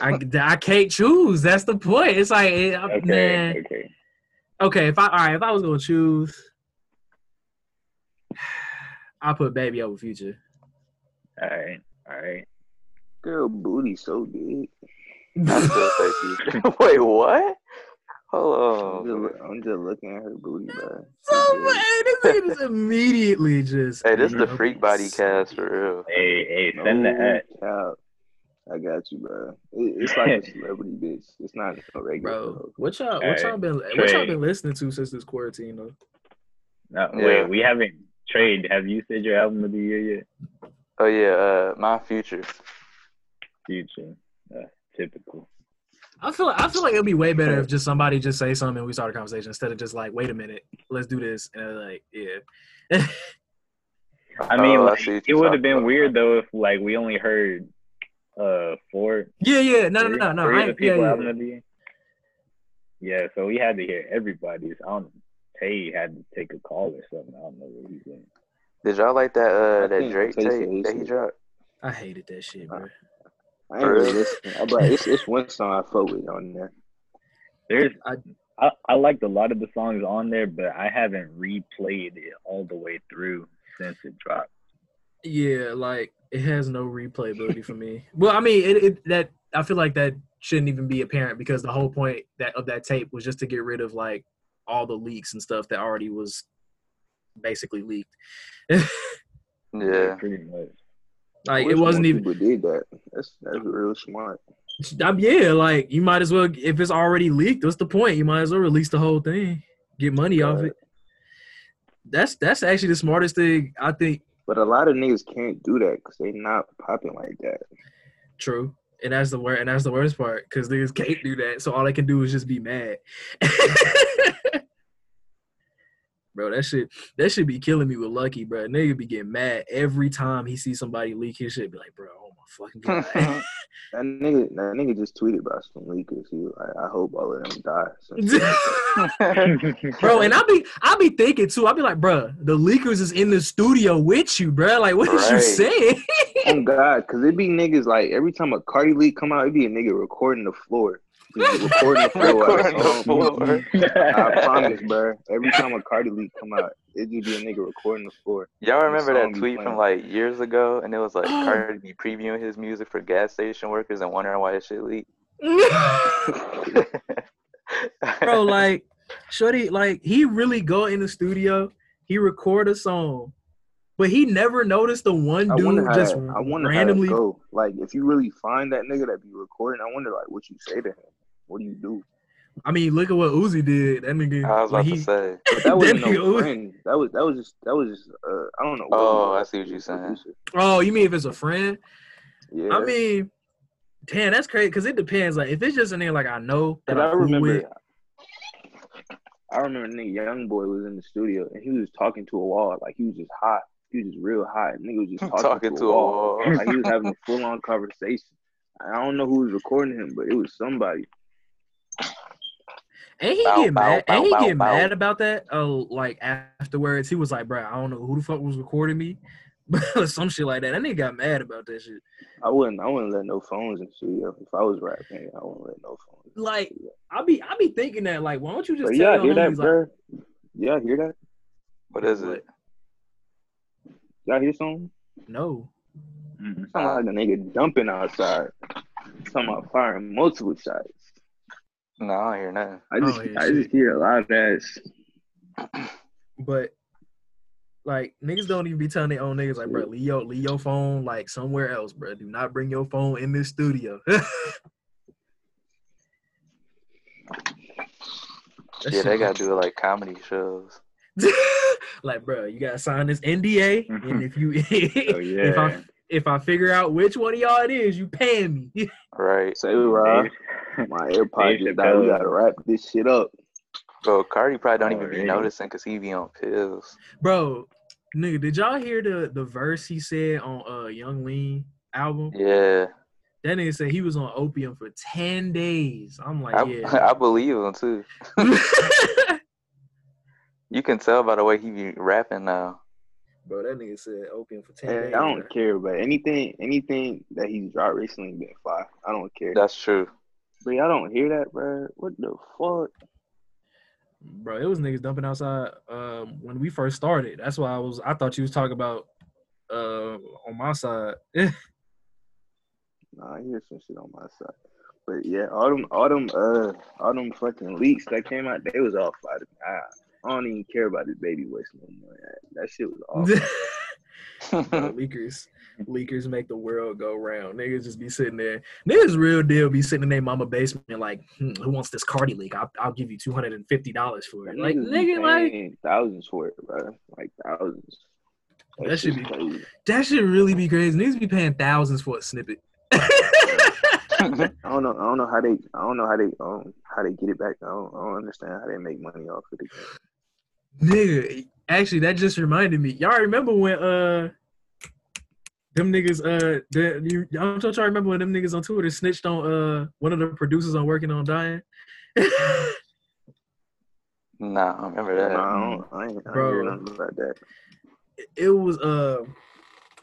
Speaker 4: I, I can't choose. That's the point. It's like, eh, I-
Speaker 1: Okay.
Speaker 4: man.
Speaker 1: Okay.
Speaker 4: Okay, if I all right, if I was gonna choose, I put Baby over Future.
Speaker 1: All right. All right.
Speaker 5: Girl, booty so big.
Speaker 3: I still say Future. Wait, what?
Speaker 5: I'm
Speaker 1: Oh,
Speaker 3: Hold on.
Speaker 5: just, I'm just looking at her booty, bro.
Speaker 4: So man, this nigga just immediately just.
Speaker 3: Hey, this is the Freak Body cast for real.
Speaker 1: Hey hey, send the that.
Speaker 5: No doubt. I got you, bro. It, it's like a celebrity bitch. It's not no regular.
Speaker 4: Bro,
Speaker 5: hoe.
Speaker 4: what y'all, what
Speaker 1: Hey,
Speaker 4: y'all been, what y'all
Speaker 1: Trey.
Speaker 4: been listening to since this quarantine? Though?
Speaker 1: No,
Speaker 3: Yeah.
Speaker 1: wait, we haven't trade. Have you said your album of the year yet?
Speaker 3: Oh yeah, uh, my future.
Speaker 1: Future. Uh, typical.
Speaker 4: I feel, I feel like it'd be way better if just somebody just say something and we start a conversation instead of just like, wait a minute, let's do this, and they're like, yeah,
Speaker 1: I mean,
Speaker 3: Oh, I
Speaker 1: like,
Speaker 3: see what
Speaker 1: it
Speaker 3: you're
Speaker 1: would have
Speaker 3: talking
Speaker 1: been
Speaker 3: about.
Speaker 1: weird though if like we only heard uh four.
Speaker 4: yeah, yeah, no, no,
Speaker 1: three-
Speaker 4: no, no,
Speaker 1: three of
Speaker 4: I
Speaker 1: the
Speaker 4: ain't- yeah,
Speaker 1: people album
Speaker 4: yeah.
Speaker 1: of the year. Yeah, so we had to hear everybody's. I don't. Tay had to take a call or something. I don't know what he did.
Speaker 3: Did y'all like that uh
Speaker 5: I
Speaker 3: that
Speaker 5: think
Speaker 3: Drake
Speaker 5: Tay said
Speaker 3: tape
Speaker 5: he
Speaker 3: that he
Speaker 5: said-
Speaker 3: dropped?
Speaker 4: I hated that shit, bro.
Speaker 5: I ain't really listening, but it's, it's one song I fuck with on there.
Speaker 1: There's I, I, I liked a lot of the songs on there, but I haven't replayed it all the way through since it dropped.
Speaker 4: Yeah, like it has no replayability for me. Well, I mean, it, it that I feel like that shouldn't even be apparent because the whole point that of that tape was just to get rid of like all the leaks and stuff that already was basically leaked.
Speaker 3: Yeah.
Speaker 1: Pretty much.
Speaker 4: Like
Speaker 5: I wish
Speaker 4: it wasn't
Speaker 5: more
Speaker 4: even
Speaker 5: people did that. That's that's real smart.
Speaker 4: Um, yeah, like you might as well if it's already leaked, what's the point? You might as well release the whole thing. Get money off
Speaker 5: Right.
Speaker 4: it. That's that's actually the smartest thing I think
Speaker 5: But a lot of niggas can't do that because they not popping like that.
Speaker 4: true. And that's the wor and that's the worst part because niggas can't do that. So all they can do is just be mad. bro, that shit that should be killing me with Lucky, bro. Nigga be getting mad every time he sees somebody leak his shit. Be like, bro, oh my fucking god.
Speaker 5: That nigga, that nigga just tweeted about some leakers. He, I, I hope all of them die. So,
Speaker 4: bro. And I be I be thinking too. I be like, bro, the leakers is in the studio with you, bro. Like, what is you
Speaker 3: Right.
Speaker 4: saying?
Speaker 5: oh God, cause it be niggas like every time a Cardi leak come out, it be a nigga recording the floor, Just recording the floor. while
Speaker 3: Recording the
Speaker 5: song-
Speaker 3: floor.
Speaker 5: I promise, bro. Every time a Cardi leak come out, it just be a nigga recording the floor.
Speaker 3: Y'all remember
Speaker 5: song
Speaker 3: that
Speaker 5: be
Speaker 3: tweet from like years ago, and it was like Cardi B previewing his music for gas station workers and wondering why his shit leaked.
Speaker 4: bro, like, shorty, like he really go in the studio, he record a song, but he never noticed the one
Speaker 5: I
Speaker 4: dude
Speaker 5: wonder how
Speaker 4: just
Speaker 5: that, I wonder
Speaker 4: randomly.
Speaker 5: how that go. Like if you really find that nigga that be recording, I wonder like what you say to him. What do you do?
Speaker 4: I mean, look at what Uzi did. That nigga,
Speaker 3: I was
Speaker 4: when
Speaker 3: about
Speaker 4: he-
Speaker 3: to say,
Speaker 5: But that wasn't
Speaker 4: That nigga
Speaker 5: no
Speaker 4: was-
Speaker 5: friend. That was that was just that was just uh, I don't know.
Speaker 3: Oh, I see what you're saying.
Speaker 5: Producer.
Speaker 4: oh, you mean if it's a friend?
Speaker 5: Yeah.
Speaker 4: I mean, damn, that's crazy. Cause it depends. Like, if it's just a nigga like I know that
Speaker 5: Cause
Speaker 4: I,
Speaker 5: I
Speaker 4: cool
Speaker 5: remember,
Speaker 4: with-
Speaker 5: I remember nigga young boy was in the studio and he was talking to a wall like he was just hot. He was just real hot. Nigga was just talking,
Speaker 3: talking to a wall.
Speaker 5: Like he was having a full on conversation. I don't know who was recording him, but it was somebody.
Speaker 4: And he
Speaker 3: Bow,
Speaker 4: get
Speaker 3: bow,
Speaker 4: mad.
Speaker 3: bow,
Speaker 4: and he
Speaker 3: bow,
Speaker 4: get
Speaker 3: bow.
Speaker 4: mad about that. Oh, like afterwards, he was like, "Bro, I don't know who the fuck was recording me," but some shit like that. That nigga got mad about that shit.
Speaker 5: I wouldn't, I wouldn't let no phones in the studio. If I was rapping, I wouldn't let no phones.
Speaker 4: Like, I be, I be thinking that. Like, why don't you just
Speaker 5: But
Speaker 4: tell
Speaker 5: yeah, I
Speaker 4: your
Speaker 5: hear that,
Speaker 4: homies, like,
Speaker 5: bro. Yeah, I hear that.
Speaker 3: what is it?
Speaker 5: Y'all hear something?
Speaker 4: no,
Speaker 1: Mhm.
Speaker 5: Sound like a nigga dumping outside. Talking about firing multiple shots.
Speaker 3: No, I don't hear nothing.
Speaker 5: I just,
Speaker 4: Oh, yeah,
Speaker 5: I just
Speaker 4: shit.
Speaker 5: hear a lot of ass.
Speaker 4: but like niggas don't even be telling their own niggas, like, "Bro, leave your, leave your phone like somewhere else, bro. Do not bring your phone in this studio."
Speaker 3: yeah, they gotta do it like comedy shows.
Speaker 4: like, bro, you gotta sign this NDA,
Speaker 5: Mm-hmm.
Speaker 4: and if you
Speaker 1: So
Speaker 4: if
Speaker 1: yeah.
Speaker 4: I if I figure out which one of y'all it is, you paying me.
Speaker 3: Right.
Speaker 5: Say, Rob,
Speaker 1: Dave-
Speaker 5: my AirPod
Speaker 1: Dave
Speaker 5: just died. We
Speaker 1: Chappelle.
Speaker 5: gotta wrap this shit up.
Speaker 3: Bro, Cardi probably don't even
Speaker 1: Already.
Speaker 3: be noticing because he be on pills.
Speaker 4: Bro, nigga, did y'all hear the the verse he said on uh Young Lean album?
Speaker 3: Yeah.
Speaker 4: That nigga said he was on opium for 10 days. I'm like,
Speaker 3: I,
Speaker 4: yeah.
Speaker 3: I believe him too. You can tell by the way he be rapping now.
Speaker 4: bro, that nigga said opium for 10
Speaker 5: And
Speaker 4: days.
Speaker 5: I don't care, but anything, anything that he's dropped recently been fly. I don't care.
Speaker 3: That's true.
Speaker 5: But y'all don't hear that, bro. What the fuck?
Speaker 4: Bro, it was niggas dumping outside um when we first started. That's why I was I thought you was talking about uh on my side.
Speaker 5: Oh, Nah, I hear some shit on my side. But yeah, all them, all them, uh, all them fucking leaks that came out, they was all fly. to me. I, I don't even care about this baby voice no more. That, that shit was all. fly.
Speaker 4: Bro, leakers, leakers make the world go round. Niggas just be sitting there. Niggas real deal be sitting in their mama basement like, hmm, who wants this Cardi leak? I'll, I'll give you two hundred and fifty dollars for it. Like
Speaker 5: Niggas be
Speaker 4: nigga, like
Speaker 5: paying thousands for it, bro. Like thousands.
Speaker 4: That should
Speaker 5: shit's
Speaker 4: be-
Speaker 5: crazy.
Speaker 4: that should really be crazy. Niggas be paying thousands for a snippet.
Speaker 5: I don't know. I don't know how they. I don't know how they. Um, how they get it back. I don't, I don't understand how they make money off of it.
Speaker 4: Nigga, actually, that just reminded me. Y'all remember when uh them niggas uh the, you, I'm sure y'all remember when them niggas on Twitter snitched on uh one of the producers on working on dying.
Speaker 3: Nah, I don't remember
Speaker 5: Nah,
Speaker 3: that.
Speaker 5: I don't. I ain't, I ain't
Speaker 4: Bro.
Speaker 5: hear nothing about that.
Speaker 4: it was uh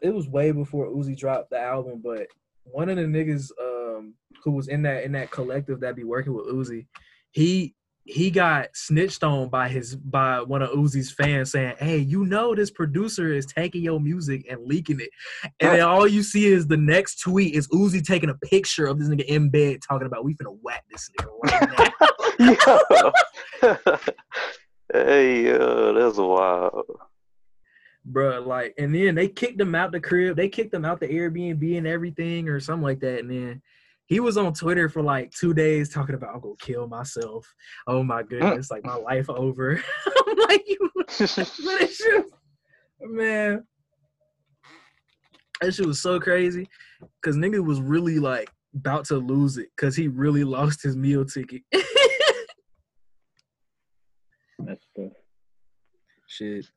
Speaker 4: it was way before Uzi dropped the album, but one of the niggas um, who was in that in that collective that be working with Uzi, he he got snitched on by his by one of Uzi's fans saying, "Hey, you know this producer is taking your music and leaking it," and then all you see is the next tweet is Uzi taking a picture of this nigga in bed talking about we finna whack this nigga right now.
Speaker 3: yo. hey, yo, that's wild.
Speaker 4: Bruh, Like, and then they kicked him out the crib. They kicked him out the Airbnb and everything, or something like that. And then he was on Twitter for like two days talking about I'm gonna kill myself. Oh my goodness, like my life over. I'm like, you, man, that shit- man, that shit was so crazy. Cause nigga was really like about to lose it, cause he really lost his meal ticket.
Speaker 1: That's the
Speaker 4: Shit.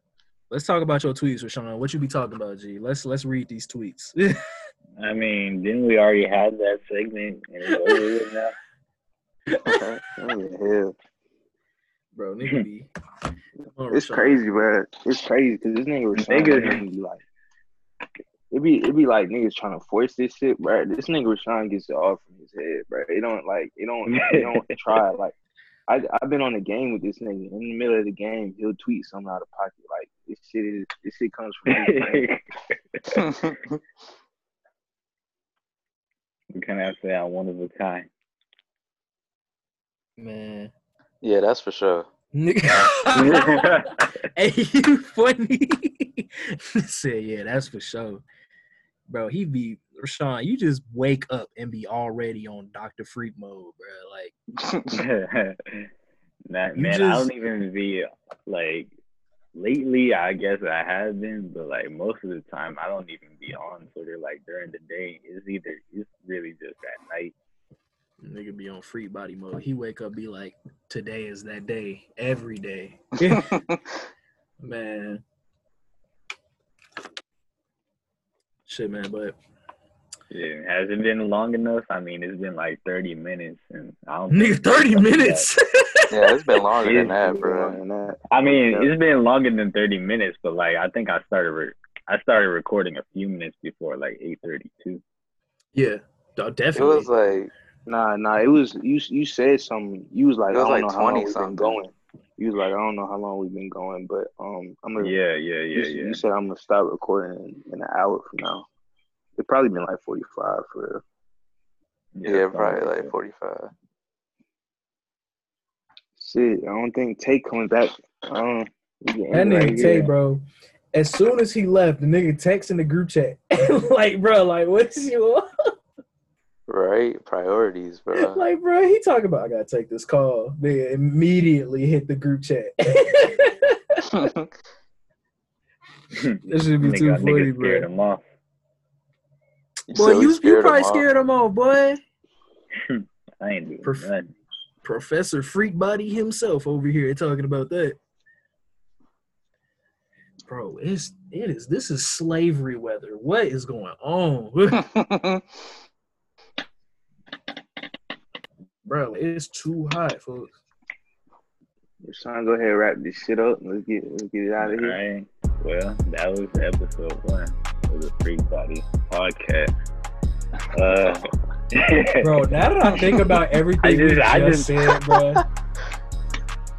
Speaker 4: Let's talk about your tweets, Rashawn. What you be talking about, G? Let's let's read these tweets.
Speaker 1: I mean, didn't we already had that segment and it's over with now?
Speaker 3: Okay. Yeah.
Speaker 4: Bro, nigga be. Come on,
Speaker 5: It's
Speaker 4: Rashad.
Speaker 5: crazy, bro. It's crazy because this nigga was
Speaker 1: Nigga.
Speaker 5: nigga be like, it be it be like niggas trying to force this shit, bro. This nigga was trying to get shit off from his head, bro. It don't like it don't it don't try like. I I've been on a game with this nigga. In the middle of the game, he'll tweet something out of pocket. Like this shit is this shit comes from. his brain.
Speaker 1: we kind of have to say I'm one of a kind.
Speaker 4: Man.
Speaker 3: yeah, that's for sure.
Speaker 4: Nigga. hey, you funny. Said, yeah, that's for sure. Bro, he be. Rashawn, you just wake up and be already on Dr. Freak mode, bro. Like,
Speaker 1: Nah,
Speaker 4: You
Speaker 1: man, I
Speaker 4: just-
Speaker 1: don't even be like lately. I guess I have been, but like most of the time, I don't even be on Twitter. Like during the day, it's either it's really just at night.
Speaker 4: nigga be on free body mode. He wake up, be like, today is that day. Every day. Man. Shit, man, but
Speaker 1: It hasn't been long enough. I mean, it's been like 30 minutes, and I don't.
Speaker 4: nigga,
Speaker 1: think-
Speaker 4: 30 minutes.
Speaker 3: yeah, it's been longer than that,
Speaker 5: Yeah,
Speaker 3: bro.
Speaker 5: and that-
Speaker 1: I mean, it's been longer than 30 minutes, but like I think I started. Re- I started recording a few minutes before like 8:32.
Speaker 4: yeah, oh,
Speaker 3: It
Speaker 4: definitely.
Speaker 3: was like
Speaker 5: Nah, nah. It was you. You said something. You was like,
Speaker 3: It was
Speaker 5: I
Speaker 3: like
Speaker 5: don't know how
Speaker 3: 20
Speaker 5: long we've
Speaker 3: something.
Speaker 5: been going. You was like, I don't know how long we've been going, but um, I'm gonna
Speaker 1: Yeah, yeah,
Speaker 5: You,
Speaker 1: yeah,
Speaker 5: s-
Speaker 1: yeah.
Speaker 5: you said I'm gonna stop recording in, in an hour from now. It probably been like 45 for
Speaker 3: yeah, probably like forty five.
Speaker 5: real. Shit, I don't think Tay coming back. Um,
Speaker 4: That nigga
Speaker 5: right
Speaker 4: Tay,
Speaker 5: here.
Speaker 4: bro. As soon as he left, the nigga texts in the group chat, like, bro, like, what's you on?
Speaker 3: Right? Priorities,
Speaker 1: Uh-huh.
Speaker 3: bro.
Speaker 4: Like, bro, he talking about I gotta take this call. Nigga immediately hit the group chat. that should be too
Speaker 1: Nigga,
Speaker 4: funny,
Speaker 1: nigga scared
Speaker 4: bro.
Speaker 1: him off.
Speaker 4: Boy,
Speaker 3: so
Speaker 4: you, you
Speaker 3: him
Speaker 4: probably
Speaker 3: off.
Speaker 4: scared him off, boy.
Speaker 1: I ain't doing
Speaker 4: Perf-
Speaker 1: nothing.
Speaker 4: Professor Freak Body himself over here talking about that. Bro, it's it is this is slavery weather. What is going on? Bro, it's too hot, folks.
Speaker 5: It's time to go ahead and wrap this shit up. Let's get let's get it out of
Speaker 1: All
Speaker 5: here.
Speaker 1: right. Well, that was episode one of the Free Body Podcast. Uh,
Speaker 4: Bro, now that I think about everything
Speaker 1: I
Speaker 4: we
Speaker 1: just-
Speaker 4: just,
Speaker 1: I just-
Speaker 4: said, bro.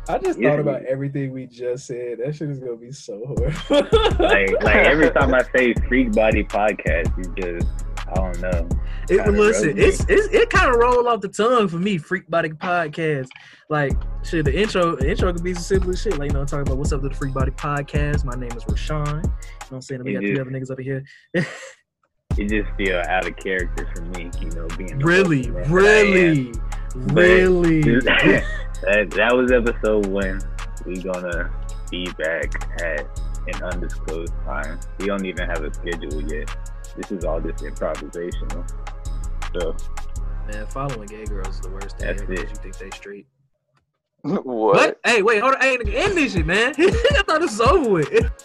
Speaker 4: I just
Speaker 1: Yeah.
Speaker 4: thought about everything we just said. That shit is gonna be so horrible.
Speaker 1: like, like every time I say Freak Body Podcast, you just I don't know.
Speaker 4: It,
Speaker 1: Kinda
Speaker 4: listen,
Speaker 1: rubbed
Speaker 4: it's, it's it kind of roll off the tongue for me. Freak Body Podcast, like shit. The intro, the intro could be as simple as shit. Like you know, I'm talking about what's up to the Freak Body Podcast. My name is Rashawn. You know what I'm saying? We got
Speaker 1: You
Speaker 4: three
Speaker 1: do.
Speaker 4: other niggas up in here.
Speaker 1: It just feel out of character for me, you know, being the
Speaker 4: Really,
Speaker 1: man that I am.
Speaker 4: really, really.
Speaker 1: that, that was episode one. We gonna be back at an undisclosed time. We don't even have a schedule yet. This is all just improvisational. So
Speaker 4: Man, following gay girls is the worst thing
Speaker 1: That's
Speaker 4: ever. 'cause
Speaker 1: it.
Speaker 4: You think they straight?
Speaker 3: what?
Speaker 4: What? Hey, wait, hold on. Hey, nigga, end this shit, man. I thought this was over with.